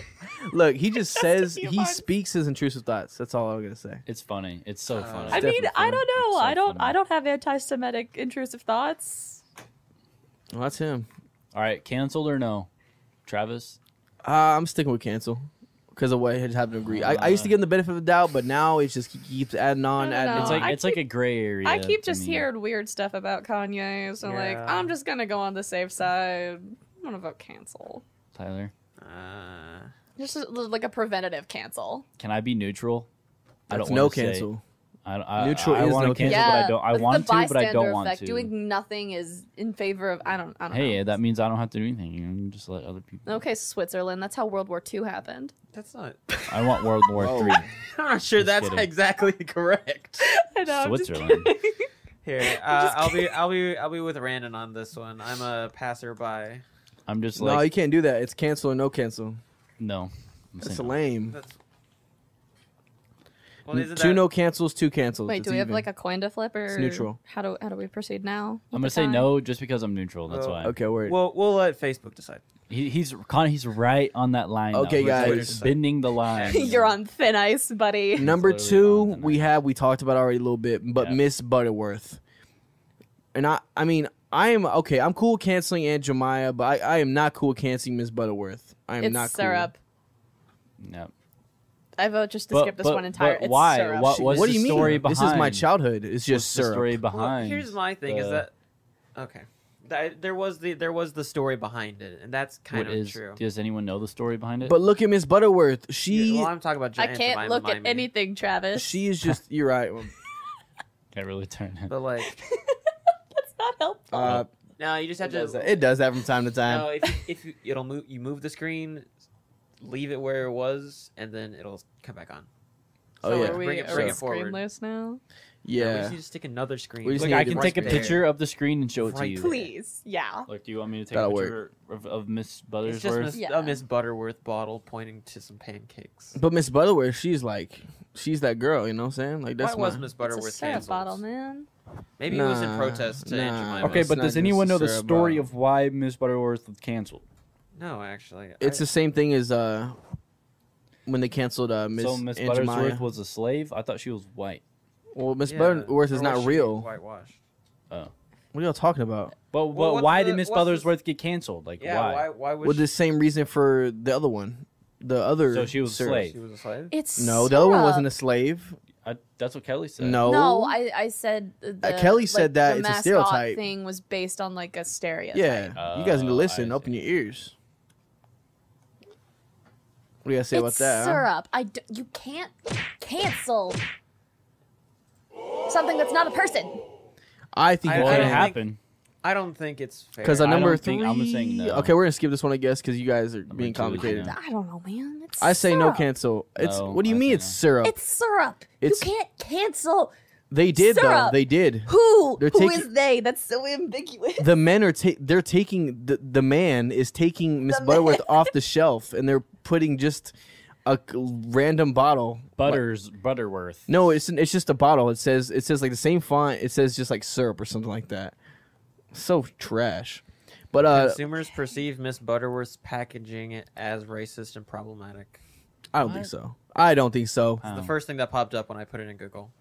look, he just
Just a
says
few
he
months.
speaks his intrusive thoughts. That's all I'm gonna say.
it's funny. It's so
Uh,
funny.
I
I
It's
mean,
definitely
I
funny.
don't
It's
know.
so
I don't.
funny.
I don't have anti-Semitic intrusive thoughts.
Well, that's him.
All right, canceled or no, Travis?
Uh, I'm sticking with cancel because of what had happened to agree. I, I used to give him the benefit of the doubt, but now it's just he keeps adding on,
No, no,
adding
no.
It's
on.
like
I
it's like a gray area.
I keep
to
just
me.
hearing weird stuff about Kanye, so like
Yeah.
I'm just gonna go on the safe side. I'm gonna vote cancel.
Tyler.
[laughs] Uh,
Just a- like a preventative cancel.
Can I be neutral? I
That's
don't
no
wanna say-
cancel.
I, I,
Neutral
I, I
is
want
no
to cancel,
cancel.
but I don't. I
it's the
want to, but I
bystander
don't want
effect.
to.
Doing nothing is in favor of I don't. I don't
hey,
know.
that means I don't have to do anything. You know, just let other people.
Okay, Switzerland. That's how World War II happened. [laughs]
that's [laughs] not.
I want World War
Whoa.
Three.
I'm not sure
Just
that's
kidding.
exactly [laughs] correct.
I know, I'm just [laughs]
Switzerland.
kidding.
[laughs] Here, uh, I'll be, I'll be, I'll be with Randon on this one. I'm a passerby.
I'm just
no, you
like
can't do that. It's cancel or no cancel.
no. I'm
That's
saying no.
lame.
That's. Well, isn't
two
that-
no cancels, two cancels.
Wait,
It's
do we have
even.
like a coin to flip or
neutral.
How do how do we proceed now?
I'm
with
gonna
the
say
time?
no just because I'm neutral. That's
Oh,
why.
Okay, word.
Well, we'll let Facebook decide.
He, he's Connor. He's right on that line.
Okay,
though. He's, like,
guys.
bending the line.
[laughs] [laughs] You're on thin ice, buddy.
Number
Totally
two,
on tonight.
we have we talked about already a little bit, but
Yeah.
Miss Butterworth. And I, I mean, I am okay. I'm cool canceling Aunt Jemima, but I, I am not cool canceling Miss Butterworth. I am
It's
not cool.
syrup.
No.
I vote just to
But-
skip this
but-
one entire.
but
it's
why?
syrup.
What- what's
what
the
do you
story
mean? This is my
behind-
childhood. It's just
What's the
syrup.
story
Well,
behind.
here's my thing: is
the-
that okay? Th- there was the there was the story behind it, and that's kind
what
of
is-
true.
Does anyone know the story behind it?
But look at Miss Butterworth. She,
Yeah, well, I'm talking about.
I
Aunt
can't
Jemima
look at
Mimey,
anything, Travis.
she is just. [laughs] You're right.
can't really turn it.
But
[laughs]
like,
[laughs] That's not helpful.
Uh,
no, you just
it,
have
does
to.
that. it does that from time to time.
Um,
No, if you- if you, it'll move, you move the screen, leave it where it was, and then it'll come back on.
oh
so
yeah,
are we,
Bring it-
are
bring
we
it
forward.
screenless
No,
now?
we
yeah.
just need to stick another screen.
We just
Look,
need
I
to
can
get
take a
right
picture of the screen and show it to
Right
you.
there.
Please, yeah.
Like, do you want me to take
That'll
a
work.
picture of, of Miss
It's just
Buttersworth?
Miss,
Yeah.
a Miss Butterworth bottle pointing to some pancakes.
but Miss Butterworth, she's like, she's that girl. You know what I'm saying? [laughs] Like that's
Why was
my-
Miss
it's a
Butterworth
syrup
canceled?
bottle, man.
Maybe it was in
Nah,
protest to Aunt
nah.
Jemima.
Okay,
It's
but
not
does
just
anyone know the
syrup
story
bottle.
of why Miss Butterworth was canceled?
no, actually,
It's
I-
the same thing as uh when they canceled uh Miss,
so Miss
Aunt
Butterworth
Jemima.
was a slave. I thought she was white.
well, Miss
yeah,
Butterworth is
or was
not
she
real.
Whitewashed.
What are y'all talking about?
But,
Well,
but
what's
why
the-
did Miss
what's the-
Buttersworth get canceled? Like
Yeah, why? Why, was
Well,
she,
the same reason for the other one, the other.
So she was a
syrup.
slave.
she was a slave?
It's
No, the other one wasn't a
syrup.
slave.
I, that's what Kelly said.
No,
No, I, I said the,
Uh, Kelly
like,
said that
the
it's a
mascot
stereotype.
thing was based on like a stereotype.
Yeah, you guys need to
Oh,
listen.
I
Open your ears. What do you guys say about
it's
that? huh?
syrup. I d- you can't cancel something that's not a person.
I think
I-
you
Well,
I
it
don't
can.
think-
happened.
I don't think it's fair.
Because at
I don't
number
think-
three,
I'm saying no.
okay, we're gonna skip this one, I guess, because you guys are being
two is
complicated.
no.
I don't know, man. It's
I say no
syrup.
cancel. It's
No,
what do you
I
mean?
say
It's
no.
syrup.
It's syrup.
It's-
you can't cancel
they did though.
syrup.
They did.
who. Who
They're
is
taking-
they? That's so ambiguous.
The men are ta- they're taking the, the man is taking Miss
The
Butterworth off the shelf, and they're putting just a c- random bottle.
Butters Butterworth.
No, it's it's just a bottle. It says it says like the same font. It says just like syrup or something like that. So trash. But uh,
Consumers perceive Miss Butterworth's packaging as racist and problematic.
I don't think so. I don't think so.
It's
Oh.
the first thing that popped up when I put it in Google.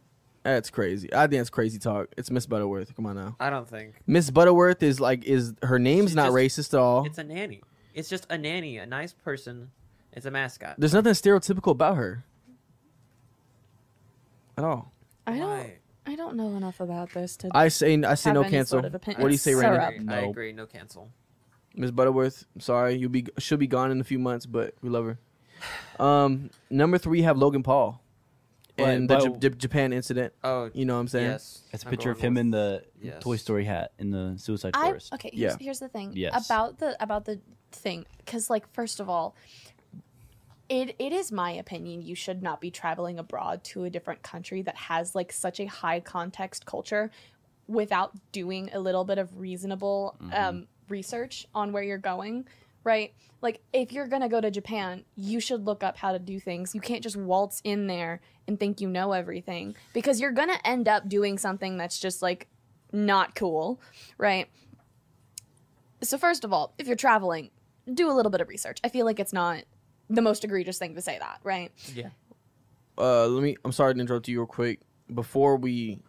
That's crazy. I think that's crazy talk. It's Miss Butterworth. Come on now.
I don't think
Miss Butterworth is like is her name's
She's
not
just-
racist at all.
it's a nanny. It's just a nanny, a nice person. It's a mascot.
There's nothing stereotypical about her. At all.
I don't.
Why?
I don't know enough about this to.
I say I say
Have
no
any
cancel.
sort of
what do you say,
opinion.
I
Randy?
Syrup.
agree, I
Nope.
agree, no cancel.
Miss Butterworth, I'm sorry, you'll be she'll be gone in a few months, but we love her. Um, number three, have Logan Paul,
But-
and the
but-
J- J- Japan incident.
Oh,
You know what I'm saying?
yes.
That's a
I'm
picture of
going
him in
with-
the
yes.
Toy Story hat in the Suicide
I
Forest.
okay. Here's,
Yeah.
here's the thing
Yes.
about the about the thing because like first of all, it it is my opinion you should not be traveling abroad to a different country that has like such a high context culture without doing a little bit of reasonable
Mm-hmm.
um, research on where you're going. Right? Like, if you're going to go to Japan, you should look up how to do things. You can't just waltz in there and think you know everything because you're going to end up doing something that's just like not cool. Right? So first of all, if you're traveling, do a little bit of research. I feel like it's not the most egregious thing to say that, right?
Yeah.
Uh, let me. I'm sorry to interrupt you real quick. Before we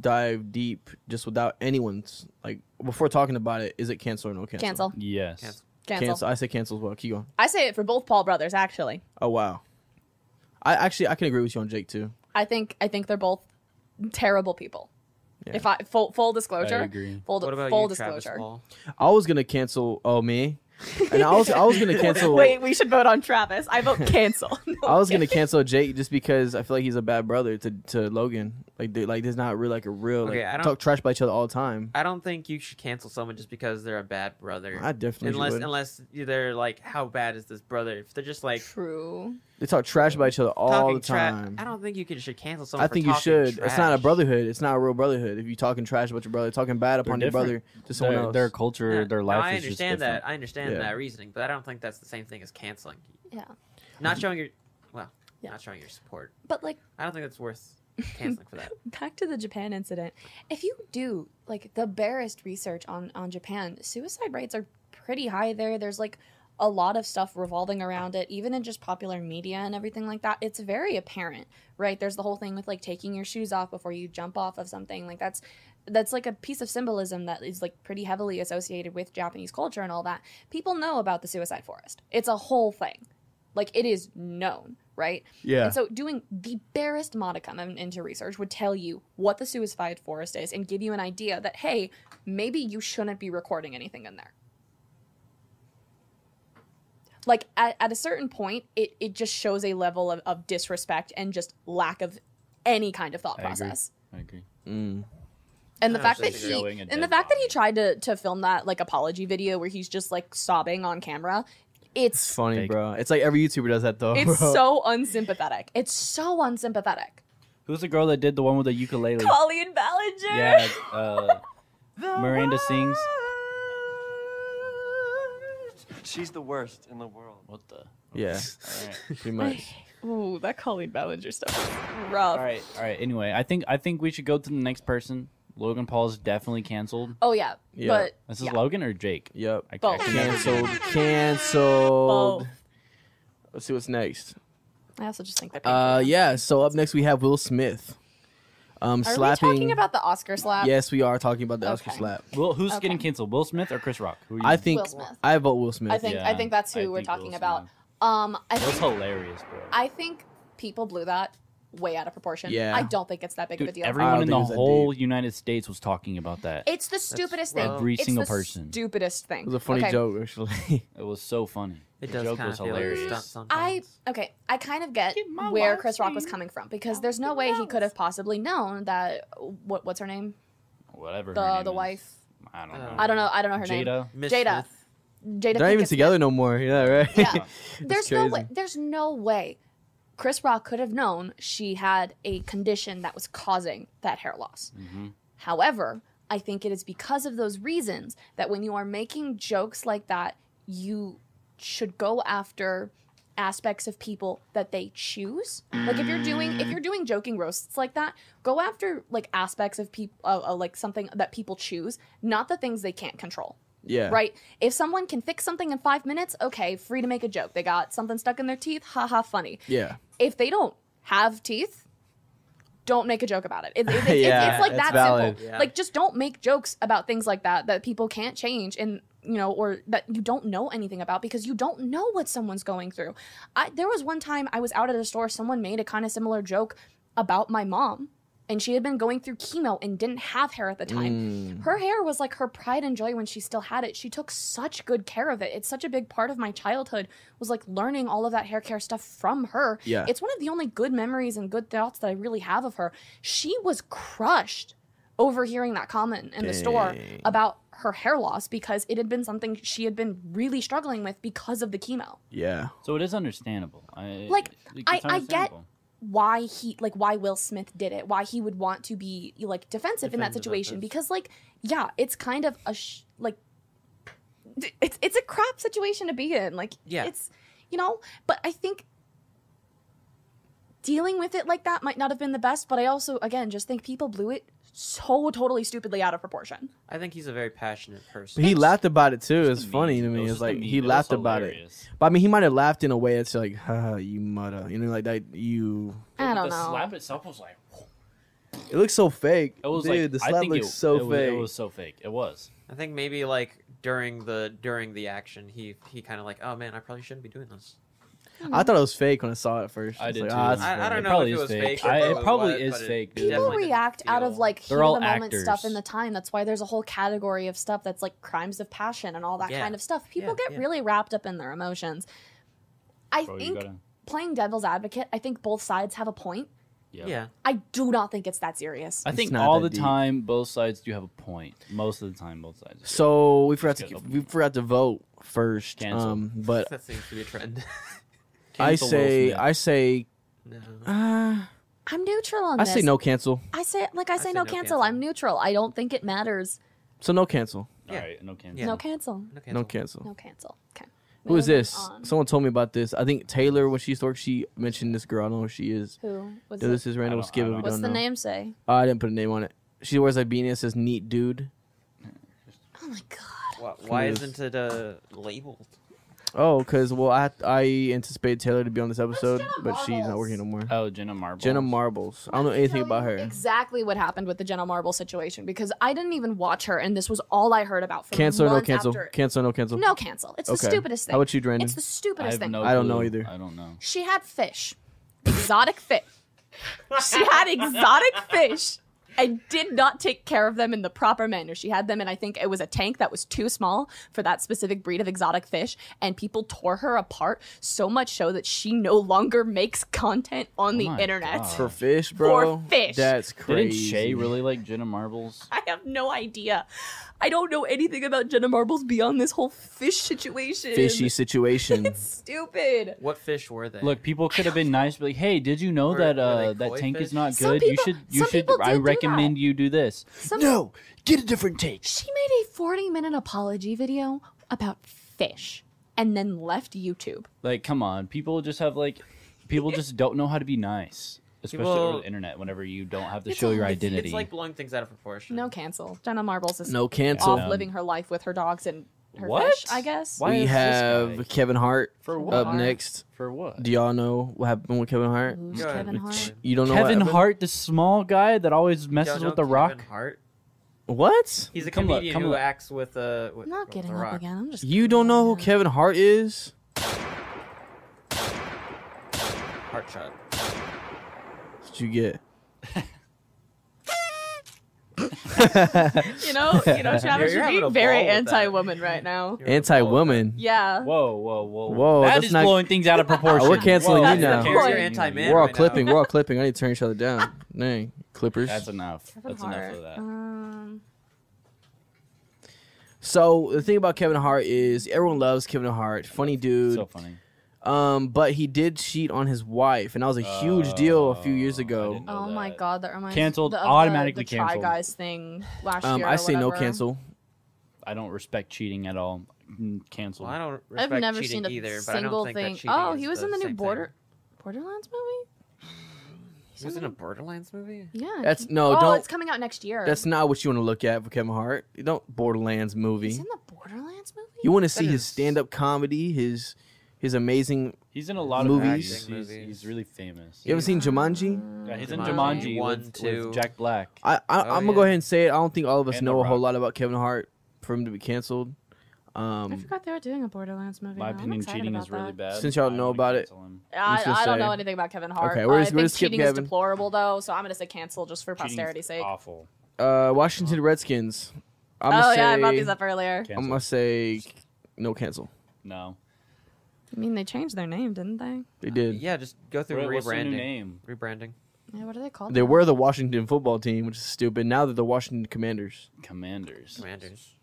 dive deep, just without anyone's like before talking about it, is it cancel or no cancel?
Cancel.
yes.
Cancel.
Cancel.
Cancel. I say cancel as well. Keep going.
I say it for both Paul brothers actually.
Oh wow. I actually I can agree with you on Jake too.
I think I think they're both terrible people.
Yeah.
If I full full disclosure,
I agree.
full
What about
full
you, Travis
disclosure.
Paul?
I was gonna cancel. Oh me. And I was I was
[laughs]
gonna cancel.
Wait, we should vote on Travis. I vote [laughs] cancel. No,
I was
I'm
[laughs]
gonna cancel Jake just because I feel like he's a bad brother to, to Logan. Like, they, like there's not really like a real like
Okay, I don't-
talk trash by each other all the time.
I don't think you should cancel someone just because they're a bad brother.
I definitely
unless
would.
unless they're like, how bad is this brother? If they're just like
[laughs] True.
They talk trash by each other all
talking
the time.
Tra- I don't think you can, should cancel
I
someone. for
think you
talking
should. It's not a
trash.
brotherhood. It's not a real brotherhood. If you talking trash about your brother, talking bad upon your brother
different.
to someone
Their,
else.
their culture,
Yeah,
their
no,
life
I
is just
understand
different.
that. I understand
Yeah.
that reasoning, but I don't think that's the same thing as canceling.
Yeah.
Not showing your well,
Yeah.
not showing your support.
But like
I don't think that's worth canceling for
[laughs]
that.
back to the Japan incident. If you do like the barest research on on Japan, suicide rates are pretty high there. There's like a lot of stuff revolving around it, even in just popular media and everything like that. It's very apparent, right? There's the whole thing with like taking your shoes off before you jump off of something. Like that's that's like a piece of symbolism that is like pretty heavily associated with Japanese culture and all that. People know about the suicide forest. It's a whole thing. Like it is known, right?
yeah.
And so, doing the barest modicum of- into research would tell you what the suicide forest is and give you an idea that, hey, maybe you shouldn't be recording anything in there. Like, at, at a certain point, it, it just shows a level of, of disrespect and just lack of any kind of thought
I agree.
process.
I agree.
Mm.
And the
Yeah,
fact
it's
that
just
he
showing a
and the
dead
fact that he
body.
tried to, to film that like apology video where he's just like sobbing on camera,
It's
it's
funny,
Fake.
bro. It's like every YouTuber does that though.
it's
bro.
so unsympathetic. It's so unsympathetic.
Who's the girl that did the one with the ukulele?
Colleen Ballinger.
yeah, [laughs] uh, Miranda sings.
She's the worst in the world.
What the?
[laughs] yeah,
Alright.
pretty much.
[sighs]
Ooh, that Colleen Ballinger stuff is rough.
All right, all right. Anyway, I think I think we should go to the next person. Logan Paul's definitely canceled.
Oh yeah,
Yeah.
but
This is
yeah,
Logan or Jake?
Yep.
I,
Both.
can
[laughs]
Canceled. Canceled.
both.
Let's see what's next.
I also just think that.
Uh, yeah. So up next we have Will Smith. Um,
are
slapping.
we talking about the Oscar slap?
Yes, we are talking about the Oscar
Okay.
slap.
Well, who's
Okay.
getting canceled? Will Smith or Chris Rock? Who are you?
I think
Will Smith.
I vote Will Smith.
I think I
Yeah,
think that's who
I
we're
think
talking
Will
about.
Smith.
Um, I
It was
think,
hilarious, bro.
I think people blew that way out of proportion.
Yeah.
I don't think it's that big of a
Dude,
deal. Um,
I
everyone
don't
in
think
the
it was that
whole United States was talking about that.
it's the stupidest thing.
Every
It's
single
the
person.
Stupidest thing.
It was a funny
Okay.
joke, [laughs] actually.
It was so funny.
It
the
does
joke
kind
was
of feel like a
hilarious.
stunt
I
sometimes.
okay. I kind of get where Chris Rock was coming from because there's no way he could have possibly known that what what's her name
Whatever. her
the
name
the
is.
wife
I
Uh,
don't know.
I don't know I don't know her name
Jada.
Miss
Jada.
Smith,
Jada
They're not even
Pinkett Smith.
together no more. [laughs] Yeah, right.
Yeah.
It's
There's no way.
crazy.
There's no way. Chris Rock could have known she had a condition that was causing that hair loss.
Mhm.
However, I think it is because of those reasons that when you are making jokes like that, you should go after aspects of people that they choose. Like if you're doing if you're doing joking roasts like that, go after like aspects of people uh, uh, like something that people choose, not the things they can't control
Yeah.
right? If someone can fix something in five minutes, okay, free to make a joke. They got something stuck in their teeth, haha, funny.
Yeah.
If they don't have teeth, don't make a joke about it. It- it- it's- it's-
Yeah,
it's like
that's
that
valid.
simple.
Yeah.
Like, just don't make jokes about things like that that people can't change and you know, or that you don't know anything about because you don't know what someone's going through. I, there was one time I was out at a store, someone made a kind of similar joke about my mom, and she had been going through chemo and didn't have hair at the time.
Mm.
Her hair was like her pride and joy when she still had it. She took such good care of it. It's such a big part of my childhood was like learning all of that hair care stuff from her.
Yeah.
It's one of the only good memories and good thoughts that I really have of her. She was crushed overhearing that comment in the store
Dang.
about her hair loss because it had been something she had been really struggling with because of the chemo.
Yeah.
So it is understandable. I,
Like,
it's
I- I get-
understandable.
why he like why Will Smith did it, why he would want to be like defensive, in that
Defensive of
situation
this.
because like yeah, it's kind of a sh- like d- it's it's a crap situation to be in. Like
Yeah.
it's you know, but I think dealing with it like that might not have been the best, but I also again just think people blew it so totally stupidly out of proportion.
I think he's a very passionate person.
But he laughed about it too. It's
Just a
funny
meme.
to me.
It was
It's
just a
like
meme.
he
It was
laughed about it.
hilarious.
But I mean, he might have laughed in a way that's like, "Ha, you mutter," you know, like that. You.
I don't
the
know.
slap itself was like
It looks so fake.
it was
Dude,
like
the
I
slap
think
looks
it,
so
it was-
fake.
it was so fake. It was.
I think maybe like during the during the action, he he kind of like, oh man, I probably shouldn't be doing this.
I thought it was fake when I saw it at first.
I
It's
did
like,
too.
"Ah, it's
I- I
fake."
don't know
probably
if
is
it was
fake.
fake or
I- it
what,
probably
but
is
it
fake, dude.
People
definitely didn't
react out of
feel-
like heat
They're
of the
all
moment stuff in
actors.
the time. That's why there's a whole category of stuff that's like crimes of passion and all that
Yeah.
kind of stuff. People
Yeah,
get
yeah.
really wrapped up in their emotions. I
Bro, you
think
gotta,
playing devil's advocate, I think both sides have a point.
yeah.
Yeah,
I do not think it's that serious.
I think
not
all the
that deep.
time, both sides do have a point. Most of the time, both sides. do.
So we forgot to
Just get
we forgot to vote first.
Cancel.
Um, but
that seems to be a trend. [laughs]
I
Cancel Will
say
Smith.
I say
no.
uh,
I'm neutral on
I
this.
say no cancel.
I say like I say, no, cancel. I'm neutral. I don't think it matters.
So no cancel.
all
yeah.
right, no cancel.
Yeah.
No cancel.
No
No
cancel.
cancel.
No cancel. Okay.
Who is
Moving
this?
on.
Someone told me about this. I think Taylor when she used to work, she mentioned this girl. I don't know who she is.
Who was
No,
it?
this is random.
I
We'll
don't-
skip
I
it. We
don't
What's
don't
the
know.
name say?
Uh, I didn't put a name on it. She wears like beanie. It says "neat dude."
Oh my god.
Why, why
Yes.
isn't it uh, labeled?
Oh, cause well, I I anticipated Taylor to be on this episode,
Jenna
but she's not
Marbles?
working no more.
Oh, Jenna Marbles.
Jenna Marbles. I don't know anything about her.
Exactly what happened with the Jenna Marble situation because I didn't even watch her and this was all I heard about. For
Cancel or no
months
cancel?
after-
Cancel or no cancel?
No cancel. It's the stupidest thing.
How about you, Brandon?
It's the
I
stupidest
have
thing.
no
I don't know
clue.
either.
I don't know.
She had fish. Exotic fish. She had exotic
[laughs]
fish and did not take care of them in the proper manner. She had them in, I think it was a tank that was too small for that specific breed of exotic fish, and people tore her apart so much so that she no longer makes content on the
Oh my
internet.
God.
For fish, bro.
fish.
That's crazy.
Didn't Shay really like Jenna Marbles?
[laughs] I have no idea. I don't know anything about Jenna Marbles beyond this whole fish situation.
fishy situation?
[laughs] It's stupid.
What fish were they?
Look, people could
[laughs]
have been nice, but like, hey, did you know
Were-
that
were
uh,
they
that
koi
tank
fish?
is not
Some
good?
people-
you should you
some
should.
people do
I
do that.
recommend you do this.
Some-
no, get a different take.
She made a 40 minute apology video about fish and then left YouTube.
Like, come on, people just have like, people just don't know how to be nice, especially over
People-
the internet. Whenever you don't have to
It's
show
all-
your
it's-
identity,
it's like blowing things out of proportion.
No cancel. Jenna Marbles is
No cancel.
off
Um,
living her life with her dogs and her
What?
fish, I guess.
Why
we
is this guy?
have Kevin Hart
for what?
up next.
For what?
Do y'all know what happened with Kevin Hart?
Who's
[laughs]
Yeah,
Kevin
it's-
Hart?
You don't know what
Kevin
happened?
Hart, the small guy that always
You don't
messes
know
with The
Kevin
Rock.
Hart?
What?
He's a
Come look,
comedian
come
who
look.
acts with uh. With,
I'm not
with
getting
the
up
rock.
again. I'm just.
You don't know who
Yeah.
Kevin Hart is?
Heart shot.
What you get?
[laughs]
You know, you know, Travis,
You're
you're,
having a
being very
ball with that.
anti-woman right now.
Anti-woman.
[laughs]
Yeah.
Whoa, whoa, whoa,
Whoa,
That
that's
is
not-
blowing things out of
[laughs]
proportion.
we're canceling
Whoa,
you now.
that's canceling
You're
you.
anti-man.
We're all
right now.
clipping.
[laughs]
We're all clipping. I need to turn each other down. Dang, Clippers.
That's enough.
Kevin
that's
Hart.
enough of that.
Um,
so the thing about Kevin Hart is everyone loves Kevin Hart. Funny dude.
so funny.
Um, but he did cheat on his wife, and that was a huge deal a few years
Oh, I
ago.
didn't know
oh my
that.
god, that reminds
Canceled,
the,
automatically
the, the
canceled.
Try Guys thing last
Um,
year.
I
or
say no
whatever.
cancel.
I don't respect cheating at all. Mm, Cancel.
Well, I don't.
I've
Respect
never
cheating
seen a
either, but I
single
don't think
thing.
That cheating
Oh,
is
he was in the new
same
Border Borderlands movie.
Thing. He was in a Borderlands movie.
Yeah.
That's-
he-
no,
Oh,
don't-
it's coming out next year.
That's not what you want to look at for Kevin Hart. You don't Borderlands
He's
movie.
in the Borderlands movie.
You want to see his
is-
stand-up comedy, his his amazing.
He's in a lot
Movies.
of movies. He's,
Acting
he's really famous.
You ever seen Jumanji?
Yeah, he's in
Jumanji.
Jumanji
One,
with,
two.
with Jack Black.
I, I
Oh,
I'm gonna go
yeah.
ahead and say it. I don't think all of us
And The
know a whole
Rock.
lot about Kevin Hart for him to be canceled.
I
Um,
forgot they were doing a Borderlands movie.
My
now. I'm
opinion,
excited
cheating
about
is really
that.
bad.
Since y'all
I
know
wanna
about it-
cancel him.
Let's
I,
just
I don't
say-
know anything about Kevin Hart.
Okay, we're
we're, I
just- we're
think
just skip
cheating is
Kevin.
deplorable though, so I'm gonna say cancel just for
Cheating's
posterity's sake.
Awful.
uh, Washington Redskins. I'm
oh
gonna say,
yeah, I brought these up earlier.
Cancel.
I'm gonna say no cancel.
no.
I mean, they changed their name, didn't they?
They did.
Yeah, just go through
What- What's their new
rebranding.
name?
Rebranding.
Yeah, what are they called?
They
now?
were the Washington football team, which is stupid. Now they're the Washington Commanders.
Commanders.
Commanders.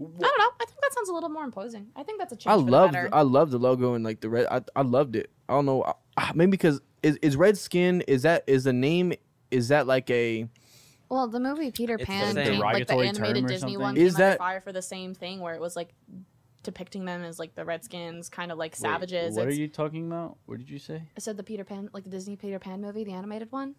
I don't know. I think that sounds a little more imposing. I think that's a change.
I
for the
loved,
better.
I loved the logo and like the red. I, I loved it. I don't know, I, I- maybe because is, is red skin? Is that is the name? Is that like a?
Well, the movie Peter
It's the
Pan,
same-
came- like the
Derogatory
animated
term or
Disney
something?
one,
Is
came under
that-
fire for the same thing, where it was like depicting them as like the Redskins, kind of like
Wait,
savages.
what are
It's-
you talking about? What did you say?
I said the Peter Pan, like the Disney Peter Pan movie, the animated one.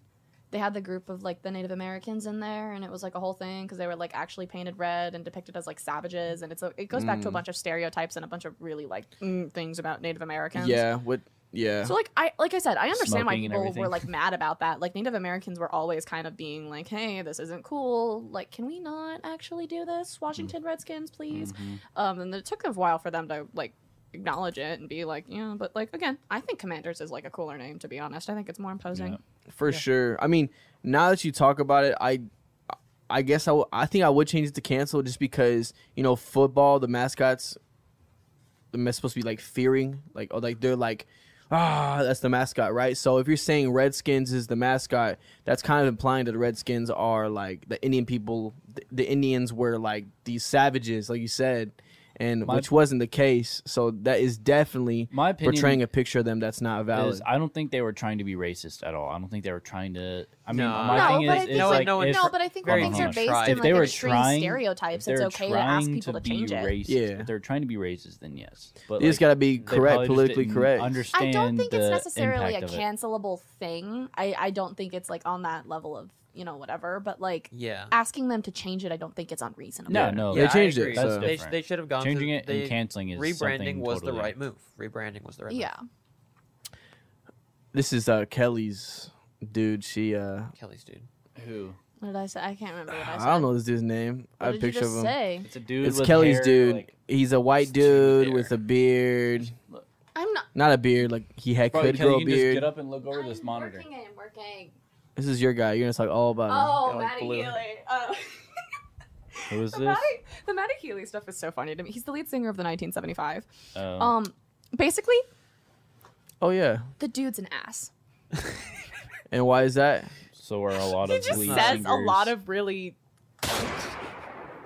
They had the group of like the Native Americans in there, and it was like a whole thing because they were like actually painted red and depicted as like savages, and it's a, it goes back to a
Mm.
bunch of stereotypes and a bunch of really like mm, things about Native Americans.
Yeah. What? Yeah.
So like I like I said, I understand why
Smoking and
people were
everything.
like mad about that. Like Native Americans were always kind of being like, "Hey, this isn't cool. Like, can we not actually do this,
Mm-hmm.
Washington Redskins, please?"
Mhm.
Um, and it took a while for them to like acknowledge it and be like, "Yeah," but like again, I think Commanders is like a cooler name to be honest. I think it's more imposing.
Yeah.
for sure. I mean, now that you talk about it, I, I guess I, w- I think I would change it to cancel just because you know football, the mascots, they're supposed to be like fearing, like or like they're like, ah, that's the mascot, right? So if you're saying Redskins is the mascot, that's kind of implying that the Redskins are like the Indian people, the, the Indians were like these savages, like you said. And
My-
which wasn't the case, so that is definitely
My opinion
portraying a picture of them that's not valid.
is I don't think they were trying to be racist at all. I don't think they were trying to. I mean,
No.
my
No,
thing
but I
is,
think-
is
No,
like
no,
if
No, but I think when
Very
things are
much
based
tried.
in
If
like
they were
extreme
trying-
stereotypes,
they're
it's okay to ask
trying
people to,
be
change it.
racist.
Yeah.
If they're trying to be racist, then yes. But
you just
like,
gotta be
they
correct,
probably just
politically
didn't
correct.
Understand
I don't think it's
the
necessarily a
impact of it.
cancelable thing. I, I don't think it's like on that level of, you know, whatever, but like
Yeah.
asking them to change it, I don't think it's unreasonable.
No,
Yeah.
no,
They
yeah, I
changed it,
agree.
That's
they,
different.
they should have gone
changing
through,
it
they,
and canceling is
rebranding
something
was
totally
the right move. Rebranding was the right
Yeah.
This is uh, Kelly's dude. She uh,
move. Kelly's dude.
Who?
What did I say? I can't remember what I said.
I don't know this dude's name. I
What
have a
did you
picture
just
of him.
say?
It's a dude.
It's
with
Kelly's
hair,
dude.
like-
He's a white
dude
dude with a beard.
I'm not.
Not a beard, like he had
Bro,
could
Kelly,
grow a
you can just get
beard.
up and look over
I'm
this monitor.
working and working.
This is your guy. You're gonna talk all about him.
Oh,
got, like,
Maddie
blue.
Healy. Oh.
Who is
the,
this?
Maddie, the Maddie Healy stuff is so funny to me. He's the lead singer of the 1975.
Oh.
Um, basically,
Oh yeah.
the dude's an ass.
And why is that?
so are a lot
He
of
just
lead
says a lot
singers.
of really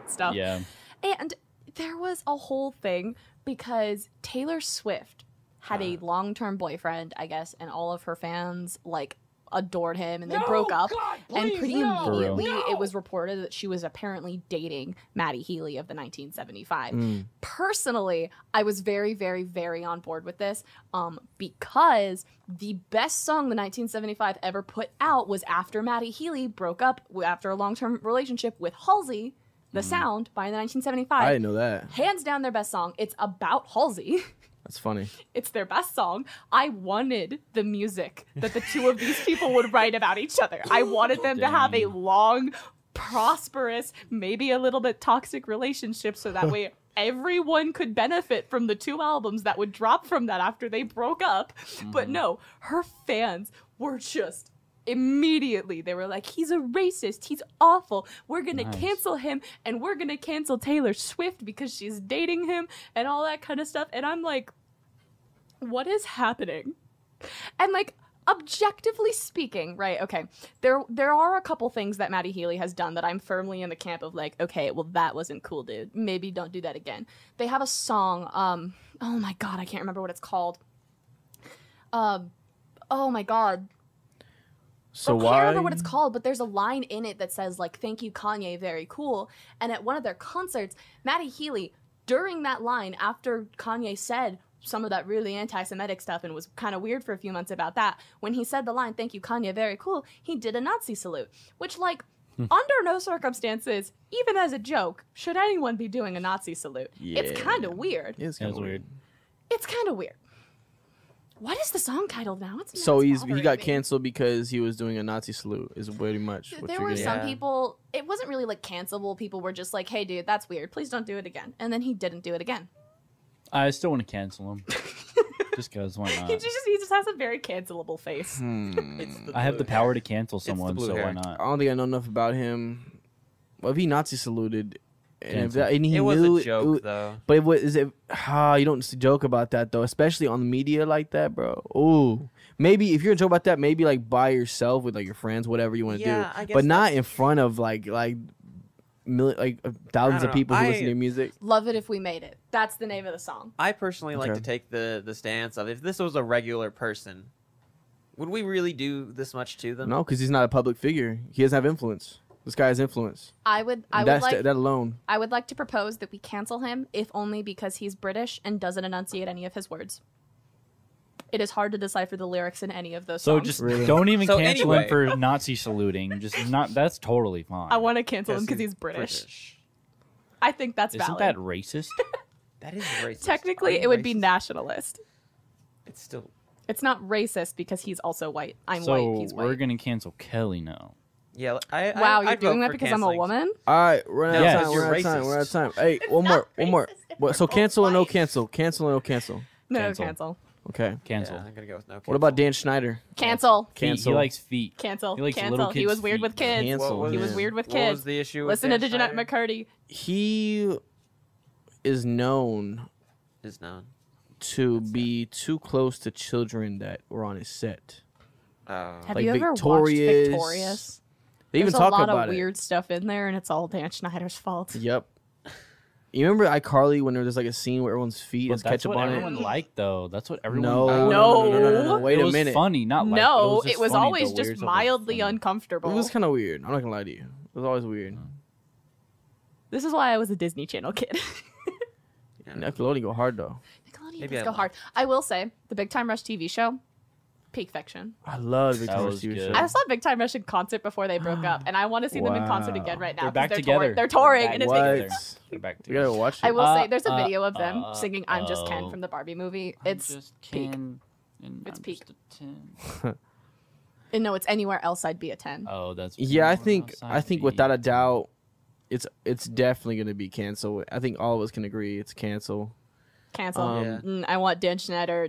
stuff.
yeah.
And there was a whole thing because Taylor Swift had a long term boyfriend, I guess, and all of her fans like adored him and they
No,
broke up.
God,
and
please,
pretty
no.
For real.
immediately,
No.
[laughs]
it was reported that she was apparently dating Maddie Healy of the 1975.
Mm.
Personally, I was very, very, very on board with this um, because the best song the 1975 ever put out was after Maddie Healy broke up w- after a long term relationship with Halsey, The Sound, by the 1975
I didn't know that.
hands down their best song. It's about Halsey. [laughs]
That's funny.
It's their best song. I wanted the music that the two of these people would write about each other. I wanted them to have a
Dang.
long, prosperous, maybe a little bit toxic relationship so that way everyone could benefit from the two albums that would drop from that after they broke up. But no, her fans were just immediately they were like he's a racist he's awful we're gonna
Nice.
cancel him and we're gonna cancel taylor swift because she's dating him and all that kind of stuff and i'm like what is happening and like objectively speaking right okay there there are a couple things that maddie healy has done that i'm firmly in the camp of like okay well that wasn't cool dude maybe don't do that again they have a song um oh my god i can't remember what it's called um oh my god
So why?
I can't remember what it's called, but there's a line in it that says like "Thank you, Kanye, very cool." And at one of their concerts, Maddie Healy, during that line, after Kanye said some of that really anti-Semitic stuff and was kind of weird for a few months about that, when he said the line "Thank you, Kanye, very cool," he did a Nazi salute, which like.
Hmm.
Under no circumstances, even as a joke, should anyone be doing a Nazi salute. It's
Yeah.
kind of weird.
It's
That
kind of
was
weird.
weird.
It's kind of weird. What is the song title now? It's
So
it's
he's he
bothering
got
me.
canceled because he was doing a Nazi salute. Is pretty much
Th-
what
There
you're
were
getting.
get.
some
Yeah.
people. It wasn't really like cancelable. People were just like, "Hey, dude, that's weird. Please don't do it again." And then he didn't do it again.
I still want to cancel
[laughs]
him. just because why
he
not?
just he just has a very cancelable face.
Hmm.
It's the
I have
blue
the
hair.
power to cancel
the
someone,
blue
so why
hair.
I
not?
don't think I know enough about him. Well, if he Nazi saluted, and, if
Cancel.
that, and he
It was
knew
a joke,
it,
though.
but it was is it? Ah, you don't joke about that though, especially on the media like that, bro. Ooh, maybe if you're gonna joke about that, maybe like by yourself with like your friends, whatever you want to
Yeah, I
do,
guess
but not
that's-
in front of like like. Mil- like uh, thousands
don't
of
know.
people who listen
I-
to your music.
Love it if we made it. That's the name of the song.
I personally like
Okay.
to take the the stance of if this was a regular person, would we really do this much to them?
No, because he's not a public figure. He doesn't have influence. This guy has influence.
I would I
And
would
that's
like
that- that alone.
I would like to propose that we cancel him, if only because he's British and doesn't enunciate any of his words. It is hard to decipher the lyrics in any of those
So
songs.
just
Really?
don't even
So
cancel
anyway.
him for
[laughs]
Nazi saluting. Just not. That's totally fine.
I want to cancel him
Yes,
because he's British. I think that's
Isn't
valid.
that racist?
That is racist. Are
[laughs] Technically,
you
it would be
racist?
nationalist.
It's still
It's not racist because he's also white. [laughs] I'm
so
white. He's
we're
white.
gonna cancel Kelly now.
yeah. I, I-
wow, you're
I'd vote
doing that
for
because I'm a
canceling.
woman.
All right, we're out of
Yes.
time.
You're
We're out of time.
racist.
We're out of time. Hey, one more,
not
one more.
racist if
What,
we're
so
both
cancel or no
white.
cancel? Cancel or no cancel?
No,
Cancel.
cancel, cancel,
Okay.
Cancel.
Yeah, I'm gonna go with no.
What about Dan Schneider?
cancel,
Feet.
Cancel.
He likes feet.
cancel.
He likes little
He
kids'
was weird with
feet, bro.
kids.
Cancel.
What was-
He was
him.
weird with
What was
kids.
the issue?
Listen to
with
Jeanette
McCurry.
McCurdy.
He is known
Is known.
to be too close to children that were on his set.
Oh.
Have
Like
you ever
Victorious.
watched Victorious?
They even
There's
talk
a lot
about
of
it.
weird stuff in there, and it's all Dan Schneider's fault.
Yep. You remember iCarly when there was like a scene where everyone's feet
But
is
that's
ketchup
what
on
everyone
it?
liked, though. That's what everyone.
No, no,
liked.
no, no, no, no.
No.
Wait
it
a
was
minute.
funny, not like
no,
It was, just funny,
always
the
just
weird stuff was
mildly
funny.
uncomfortable.
It was kind of weird. I'm not gonna lie to you. It was always weird.
This is why I was a Disney Channel kid. [laughs]
Yeah.
Nickelodeon go hard though.
Nickelodeon
Maybe
does
I
go
lied.
hard. I will say the Big Time Rush TV show, peak fiction.
I love
That
Victoria's
was
Secret.
good.
show.
I saw Big Time Rush in concert before they broke up, and I want to see them in concert
Wow.
again right now.
They're
'cause
back
they're
together.
Touring, they're touring,
They're
and it's
back
making.
together. What?
They're back
We gotta
together.
watch it.
I will
Uh,
say, there's a
uh,
video of them
uh,
singing "I'm Just Ken"
oh.
from the Barbie movie. It's peak. It's peak. And no, it's anywhere else. I'd be a ten.
Uh,
Oh, that's
yeah, I
what
think
else
I think
need.
without a doubt, it's it's definitely gonna be canceled. I think all of us can agree it's cancel.
Cancel.
Um,
Yeah.
Mm, I want Dan Schneider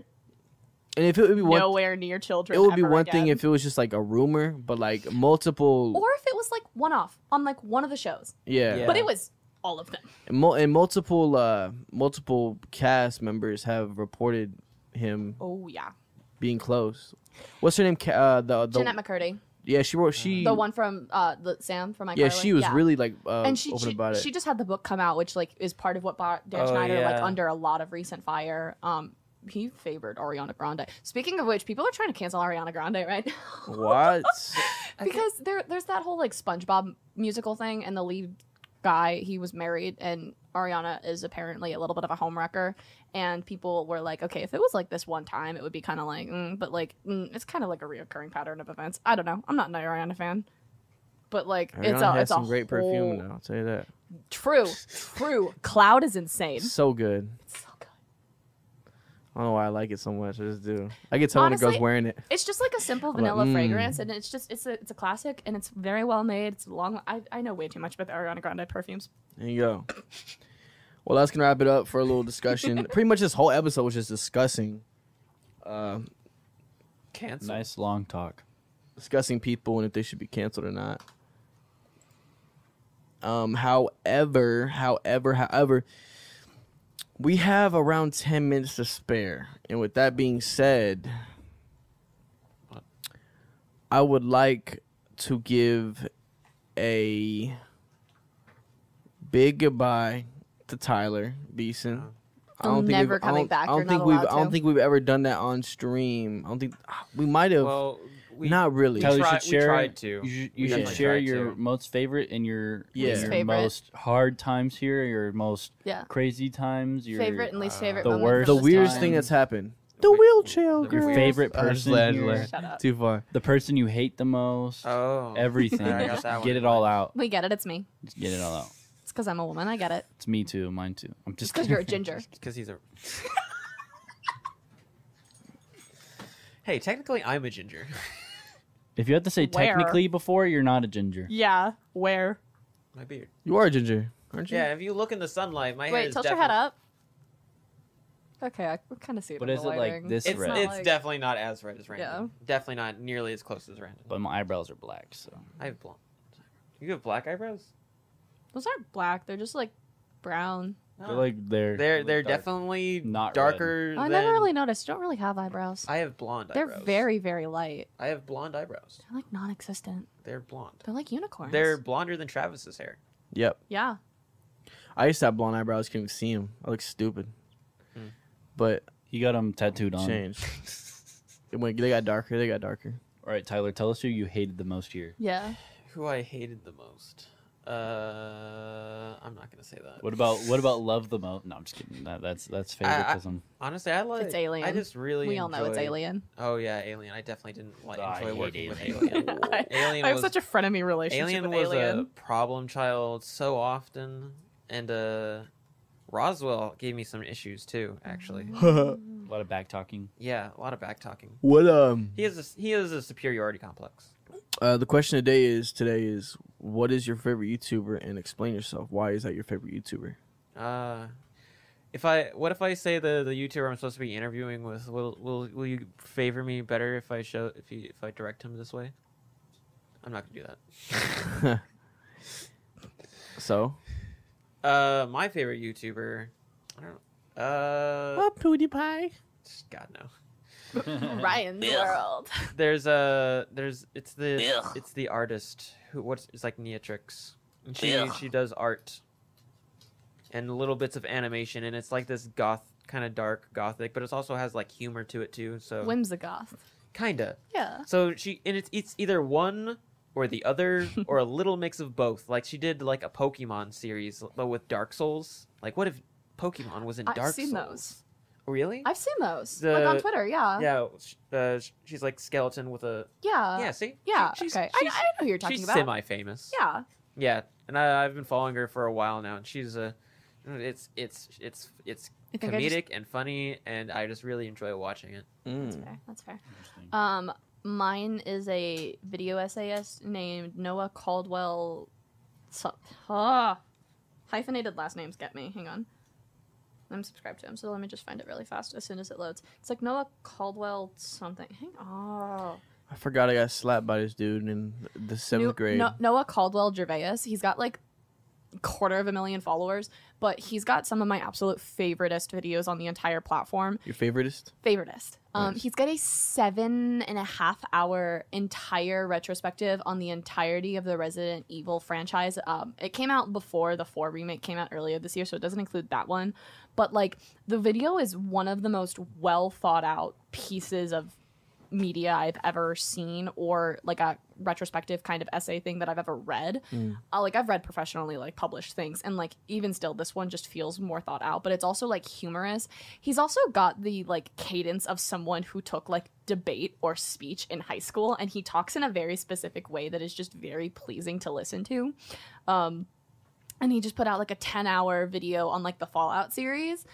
And if it would be one,
nowhere near children.
it would be
ever
one thing
again.
if it was just like a rumor, but like multiple,
or if it was like one off on like one of the shows,
yeah,
Yeah.
but it was all of them.
And, mul- and multiple uh multiple cast members have reported him
Oh yeah, being
being close. What's her name? Ca- Uh, the the
Jeanette McCurdy,
yeah, she wrote she
the one from uh, the Sam from
yeah
iCarly.
she was really like uh,
and she
open
she,
about it.
she just had the book come out, which like is part of what brought Dan
Oh,
Schneider like
yeah.
under a lot of recent fire. Um, he favored Ariana Grande. Speaking of which, people are trying to cancel Ariana Grande right [laughs] now
what?
because there there's that whole like SpongeBob musical thing, and the lead guy he was married, and Ariana is apparently a little bit of a homewrecker, and people were like, okay, if it was like this one time, it would be kind of like, mm, but like mm, it's kind of like a reoccurring pattern of events. I don't know. I'm not an Ariana fan. But like it's
Ariana
a
has
it's a
some great
whole-
perfume now. I'll tell you that.
True, true. Cloud is insane.
So good.
It's so good.
I don't know why I like it so much. I just do. I can tell when a
Honestly,
girl's wearing it.
It's just like a simple
like,
vanilla
mm.
fragrance, and it's just it's a it's a classic, and it's very well made. It's long. I, I know way too much about the Ariana Grande perfumes.
There you go. Well, that's gonna wrap it up for a little discussion.
[laughs]
Pretty much this whole episode was just discussing, uh,
Cancel.
nice long talk.
discussing people and if they should be canceled or not. Um, however, however, however, we have around ten minutes to spare, and with that being said, I would like to give a big goodbye to Tyler Beeson.
They'll never
we've- I
coming
don't-
back.
I don't
You're not
think we've.
allowed
I don't
to.
think we've ever done that on stream. I don't think we might have.
Well, we
not really.
Kelly, you
tried-
should
we
share.
tried to.
You should,
We
you should
definitely
share
tried
your
to.
most favorite and your
Yeah.
your
Favorite.
most hard times here. Your most
Yeah.
crazy times. Your
favorite and least
uh,
favorite.
the
moment
worst
from
the
this
weirdest
time.
thing that's happened.
The
The
wi-
wheelchair
the
girl.
your favorite
I was
person
glad-
here,
glad.
Shut up.
Too far.
the person you hate the most.
Oh, [laughs]
Everything.
I got
Just
that one.
get it all out.
We get it. It's me.
Just get it all out.
It's because I'm a woman. I get it.
It's me too. Mine [laughs] too. I'm just
Because you're a ginger.
because he's a. [laughs] Hey, technically, I'm a ginger. [laughs]
If you have to say
Where?
technically before, you're not a ginger.
Yeah, where?
My beard.
You are a ginger, aren't you?
Yeah, if you look in the sunlight, my hair
Wait,
is
tilt
definitely...
your head up. Okay, I kind of see it.
But
on
is it
the
like
lighting.
this
It's,
red?
not
it's
like-
definitely not as red as random.
Yeah.
Definitely not nearly as close as random.
But my eyebrows are black, so
I have blonde. You have black eyebrows?
Those aren't black. They're just like brown.
they're like they're
Ah. they're they're
dark.
definitely
Not
darker.
I
than-
never really noticed. You don't really have eyebrows.
I have blonde.
They're
eyebrows.
very, very light.
I have blonde eyebrows.
They're like non-existent.
They're blonde.
They're like unicorns.
They're blonder than Travis's hair.
Yep.
yeah.
I used to have blonde eyebrows. Couldn't even see them. I look stupid.
Hmm.
But
He got them tattooed on.
changed. It went- they got darker. They got [laughs] darker.
All right, Tyler, tell us who you hated the most here.
Yeah.
Who I hated the most. Uh, I'm not gonna say that.
What about what about love the most? No, I'm just kidding. That, that's that's favoritism.
Honestly, I like.
It's Alien.
I just really.
we all know it's
enjoyed-
Alien.
Oh yeah, Alien. I definitely didn't like
I
enjoy
hate
working with
Alien.
Alien.
[laughs] I,
Alien
I have
was-
such a frenemy relationship
Alien
with
was
Alien.
a problem child so often, and uh, Roswell gave me some issues too. Actually,
Mm-hmm.
a lot of back talking.
yeah, a lot of back talking.
what um?
He has a, he has a superiority complex.
Uh, the question today is today is what is your favorite YouTuber and explain yourself. Why is that your favorite YouTuber? [laughs]
Uh, if I what if I say the the YouTuber I'm supposed to be interviewing with will will will you favor me better if I show if you if I direct him this way? I'm not gonna do
[laughs]
So
that. Uh, my favorite YouTuber, I don't. know. Uh,
Oh, PewDiePie.
God no. [laughs]
Ryan's
Ugh.
world.
There's a there's it's the
Ugh.
it's the artist who what's it's like Neatrix. And She
Ugh.
she does art and little bits of animation, and it's like this goth kind of dark gothic, but it also has like humor to it too. So
Whimsigoth.
kinda.
Yeah.
So she and it's it's either one or the other
[laughs]
or a little mix of both. Like she did like a Pokemon series but with Dark Souls. Like what if Pokemon was in
I've
Dark
seen
Souls? Oh,
those.
Really?
I've seen those. like on
The-
Twitter, yeah.
yeah, sh- uh, sh- she's like skeleton with a
Yeah.
yeah. See,
Uh, yeah,
She- she's,
okay. I-
she's,
I know who you're talking
she's
about.
semi-famous.
Yeah.
yeah, and I, I've been following her for a while now, and she's a, it's it's it's it's
I think I just-
comedic and funny, and I just really enjoy watching it.
Hmm.
That's fair. That's fair. Um, mine is a video essayist named Noah Caldwell. So- ah. hyphenated last names get me. Hang on. I'm subscribed to him, so let me just find it really fast as soon as it loads. It's like Noah Caldwell something. Hang on.
I forgot I got slapped by this dude in the seventh
Nu-
grade.
No- Noah Caldwell Gervais. He's got like quarter of a million followers, but he's got some of my absolute favoriteest videos on the entire platform.
Your favoriteist?
favoritist. Um,
Nice.
He's got a seven and a half hour entire retrospective on the entirety of the Resident Evil franchise. Um, it came out before the four remake came out earlier this year, so it doesn't include that one. But like the video is one of the most well thought out pieces of media I've ever seen, or like a retrospective kind of essay thing that I've ever read. Uh, like I've read professionally, like published things, and like even still, this one just feels more thought out. But it's also like humorous. He's also got the like cadence of someone who took like debate or speech in high school, and he talks in a very specific way that is just very pleasing to listen to. Um, and he just put out like a 10 hour video on like the Fallout series.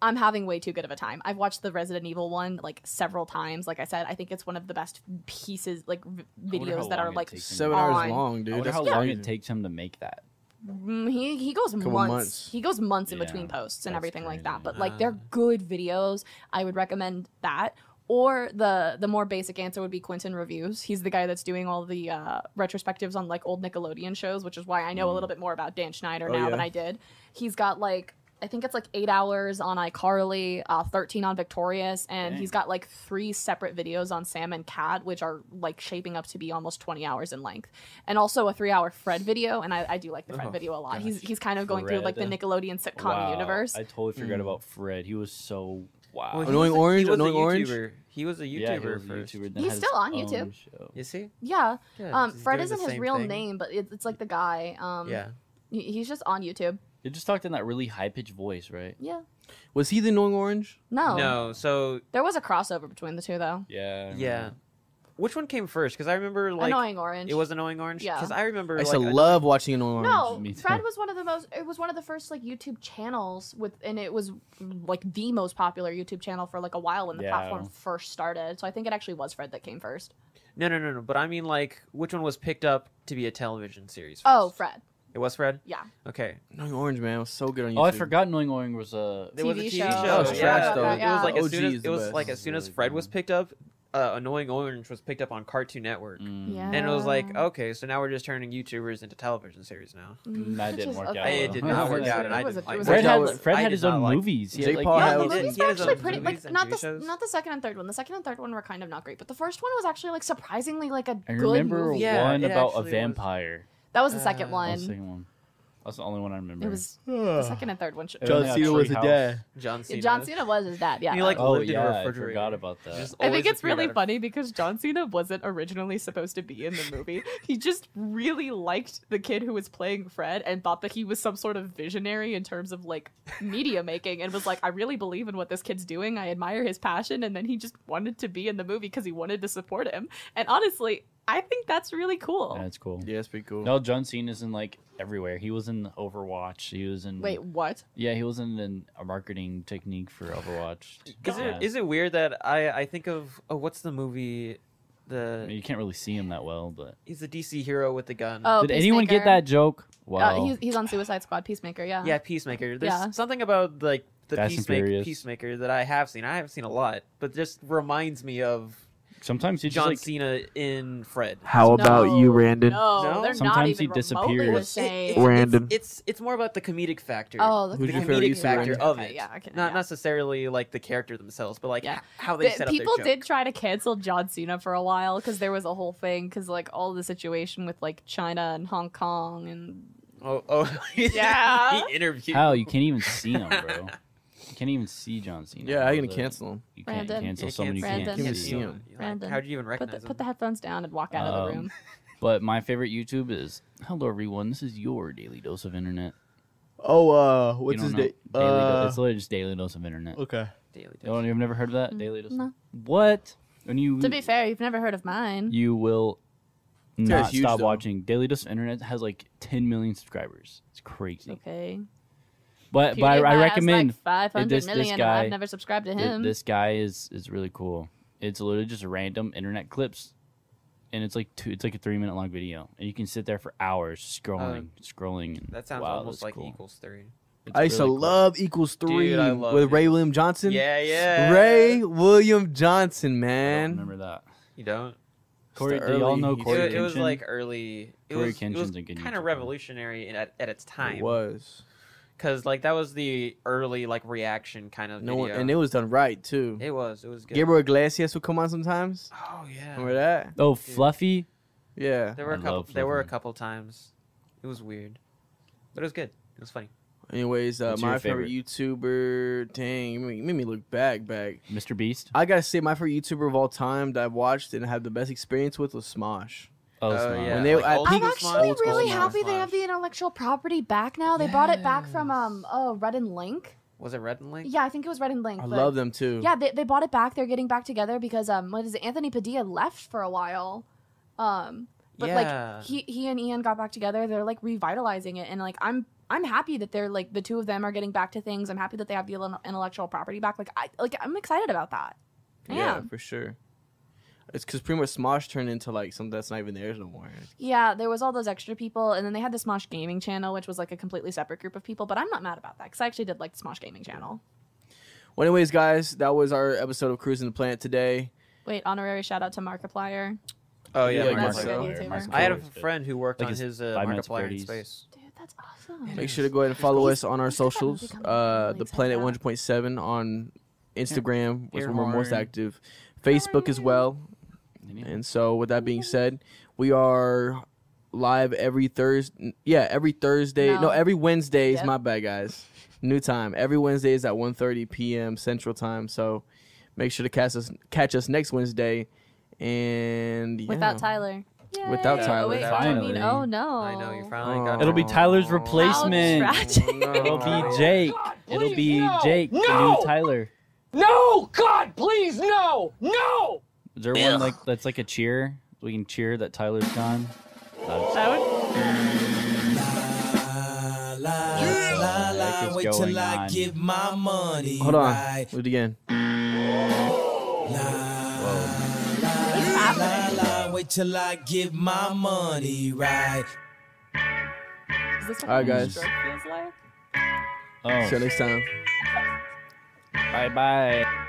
I'm having way too good of a time. I've watched the Resident Evil one like several times. Like I said, I think it's one of the best pieces, like v-
wonder how
videos that
long
are
it
like.
takes him
Seven
on-
hours long, dude.
I wonder
That's
how long
crazy.
it takes him to make that.
Mm, he he goes months.
Couple months.
He goes months in
Yeah,
between posts and
that's
everything like that.
crazy.
But like they're good videos. I would recommend that. Or the the more basic answer would be Quentin reviews. He's the guy that's doing all the uh, retrospectives on like old Nickelodeon shows, which is why I know
Mm.
a little bit more about Dan Schneider
Oh,
now than
yeah.
I did. He's got like I think it's like eight hours on iCarly, uh, thirteen on Victorious, and
Dang.
he's got like three separate videos on Sam and Cat, which are like shaping up to be almost twenty hours in length, and also a three-hour Fred video. And I, I do like the Fred
Oh,
video a lot.
gosh.
He's he's kind of going through like the
Fred.
Nickelodeon sitcom universe.
I totally forgot about Fred. He was so wow.
Well, he
Annoying
Mm. was a-
Orange,
He was
Annoying
a
Orange?
YouTuber. He was a YouTuber
yeah, he was a
first.
YouTuber that
He's
had
still
his
on
own
YouTube.
show.
You see?
yeah.
Yeah,
Um,
he's
Fred
doing the
isn't his
same
real
thing.
name, but it's, it's like the guy. Um,
Yeah.
he- he's just on YouTube.
He just talked in that really high pitched voice, right?
Yeah.
Was he the annoying orange?
No.
No. So
There was a crossover between the two though.
Yeah.
yeah, Which one came first? Because I remember like
Annoying Orange.
it was annoying orange.
Yeah.
Because I remember
I used
like
to
a-
love watching an orange.
No,
Me too.
Fred was one of the most. It was one of the first like YouTube channels with, and it was like the most popular YouTube channel for like a while when the
Yeah.
platform first started. So I think it actually was Fred that came first.
no, no, no, no. But I mean like which one was picked up to be a television series?
Oh,
first?
Fred.
it was Fred.
Yeah.
Okay,
Annoying orange, man, it was so good on YouTube.
Oh, I forgot Knowing Orange was a. Oh,
there was a
TV
TV
show.
show.
That
was
yeah.
trash, though.
It was like as
OG
soon
is
as
the
it was
best.
like as
It's
soon as
really
Fred
good.
was picked up, uh, annoying orange was picked up on Cartoon Network.
Mm,
Yeah.
And it was like, okay, so now we're just turning YouTubers into television series now.
That didn't work out
I- It
well.
did not work out, and I
It was a-
didn't
it
like it.
was a-
Fred
Which I
had,
was-
Fred
I
had
did
his
not
own
like-
movies. He had,
Jake
like,
Paul
Yeah,
had-
the
was-
movies
he
were
had his
actually
own
pretty.
movies
Like
and
not
TV
the
shows.
not the second and third one. The second and third one were kind of not great, but the first one was actually like surprisingly like a
I
good
remember
movie.
Yeah.
one
it
about a
actually was.
vampire.
That was the second
That was the
one.
second one. That's the only one I remember.
It was the second and third one. should-
It was- Cena was a dad.
John Cena.
John Cena was his dad. Yeah.
He like
Oh
lived in a
yeah, I
refrigerator.
forgot about that.
Just
I
always
think it's
appeared
really
out of-
funny because John Cena wasn't originally supposed to be in the movie. he just really liked the kid who was playing Fred and thought that he was some sort of visionary in terms of like media making and was like, I really believe in what this kid's doing. I admire his passion. And then he just wanted to be in the movie because he wanted to support him. And honestly, I think that's really cool.
That's cool.
Yeah, it's pretty cool.
oh. No, John Cena is in like everywhere. He was in Overwatch. He was in.
Wait, what?
Yeah, he was in an, a marketing technique for Overwatch.
Is
Yeah.
it is it weird that I I think of oh what's the movie
I mean,
the
you can't really see him that well, but
he's the DC hero with the gun.
Oh,
did anyone get that joke? Wow,
Uh, he's, he's on Suicide Squad, Peacemaker. Yeah.
yeah, Peacemaker. There's
Yeah.
something about like the
Fast and
Peacemaker
Furious.
Peacemaker that I have seen. I have seen a lot, but just reminds me of
sometimes he just
John
like
Cena in Fred.
How
No, No,
No?
they're
Sometimes
not
he
even remotely the
disappears.
same.
It's-
Random.
It's, it's it's more about the comedic factor.
Oh,
Who's
the
your favorite
comedic
Easter egg?
factor of it.
Yeah, I can,
Not
yeah.
necessarily like the character themselves, but like
Yeah.
h- how they
Th-
set up
people
their joke.
did try to cancel John Cena for a while because there was a whole thing because like all the situation with like China and Hong Kong and
Oh, [laughs] oh.
Yeah.
he interviewed.
how you can't even see him, bro. You can't even see John Cena.
Yeah, how you
bro.
gonna
The-
cancel him?
You can't
Brandon.
cancel
You
someone you
Brandon.
can't
Can't
see.
see him.
Brandon,
How do you even
put
recognize
the,
him?
put the headphones down and walk out of the
Um,
[laughs] room.
But my favorite YouTube is Hello everyone, this is your daily dose of internet.
Oh, uh,
You
what's
don't
his
know-
name?
Daily Do-
Uh,
it's literally just daily dose of internet.
okay.
Daily Dose.
You don't- you've never heard of that daily dose.
Mm, no.
What? And you
To be fair, you've never heard of mine.
you will
it's
not
huge,
stop
though.
watching. Daily Dose of Internet has like 10 million subscribers. It's crazy.
okay,
But but I, I
PewDiePie has,
recommend
like five hundred
this- this
million. and
guy-
I've never subscribed to
Th-
him.
this guy is is really cool. It's literally just random internet clips, and it's like two, it's like a three minute long video, and you can sit there for hours scrolling, scrolling. And,
Uh, That sounds
wow,
almost
that's
like
cool.
equals three.
It's
I used to
really cool.
love Equals Three
Dude, I loved
with
it.
Ray William Johnson.
Yeah, yeah.
Ray William Johnson,
I don't
man.
remember that.
You don't.
Corey,
the
do y'all
early-
know
he's-
Corey
it, it was
Kenshin?
like early. It
Corey
was, it was
Kenshin's a good
kind
YouTuber.
of revolutionary in- at, at its
It
time
was
because like that was the early like reaction kind of
no one,
video.
and it was done right too.
it was it was good.
Gabriel Iglesias would come on sometimes.
Oh yeah,
Remember that?
oh Fluffy.
Yeah,
there were
I
a couple.
love
There were a
Flippin'.
couple times. It was weird, but it was good. It was funny.
Anyways, uh,
What's your
my favorite? YouTuber. Dang, you made you made me look back, back.
Mr. Beast.
I gotta say, my favorite YouTuber of all time that I've watched and had the best experience with was Smosh.
Oh,
Oh,
snap.
yeah.
When they-
like,
I-
old
I'm
school
actually
Smosh,
really
old school
happy they
Smosh.
have the intellectual property back now. They bought it back from um oh Red and Link.
Was it Red and Link?
Yeah, I think it was Red and Link.
I
but-
love them too.
Yeah, they, they bought it back. They're getting back together because um what is it? Anthony Padilla left for a while. Um but
Yeah.
like he he and Ian got back together. They're like revitalizing it and like I'm I'm happy that they're like the two of them are getting back to things. I'm happy that they have the intellectual- intellectual property back. Like I like I'm excited about that. I
yeah,
am.
for sure. It's because pretty much Smosh turned into like something that's not even theirs no more.
Yeah, there was all those extra people and then they had the Smosh Gaming channel which was like a completely separate group of people, but I'm not mad about that cuz I actually did like the Smosh Gaming channel.
Well, anyways, guys, that was our episode of Cruising the Planet today.
Wait, honorary shout out to Markiplier.
Oh
Yeah,
yeah.
like
Markiplier.
Markiplier.
I had a
Markiplier's
friend who worked
Like
on
his
his uh,
Five Minutes of
Markiplier in
Freddy's.
space.
Dude, that's awesome.
Make sure to go ahead and follow us on our
Let's go back and
socials.
become
Uh,
really
the Planet
excited.
1.7 on Instagram, which
Ear
where we're most
horn.
active. Facebook as well. And so, with that being said, we are live every Thursday. Yeah, every Thursday. No,
No.
every Wednesdays.
Yep.
My bad, guys. New time. Every Wednesday is at 1.30 p.m. Central Time. So make sure to catch us catch us next Wednesday. And yeah.
Without Tyler.
Without
Yay.
Tyler.
Wait, I mean,
Finally.
oh no.
I know you finally got.
It'll be Tyler's replacement.
How
[laughs]
tragic.
It'll be Jake.
God,
It'll
please,
be
no.
Jake. The
No.
new Tyler.
No! God, please, no! No!
Is there
Bill.
one like that's like a cheer? We can cheer that Tyler's gone.
That would-
La
Heck
la,
is
wait till
going
I
on?
give my money.
Hold on.
right.
Do it again.
La la, wait till I give my money right.
Is this what
Alright,
a
guys.
stroke feels like?
Oh,
See you next time.
bye bye.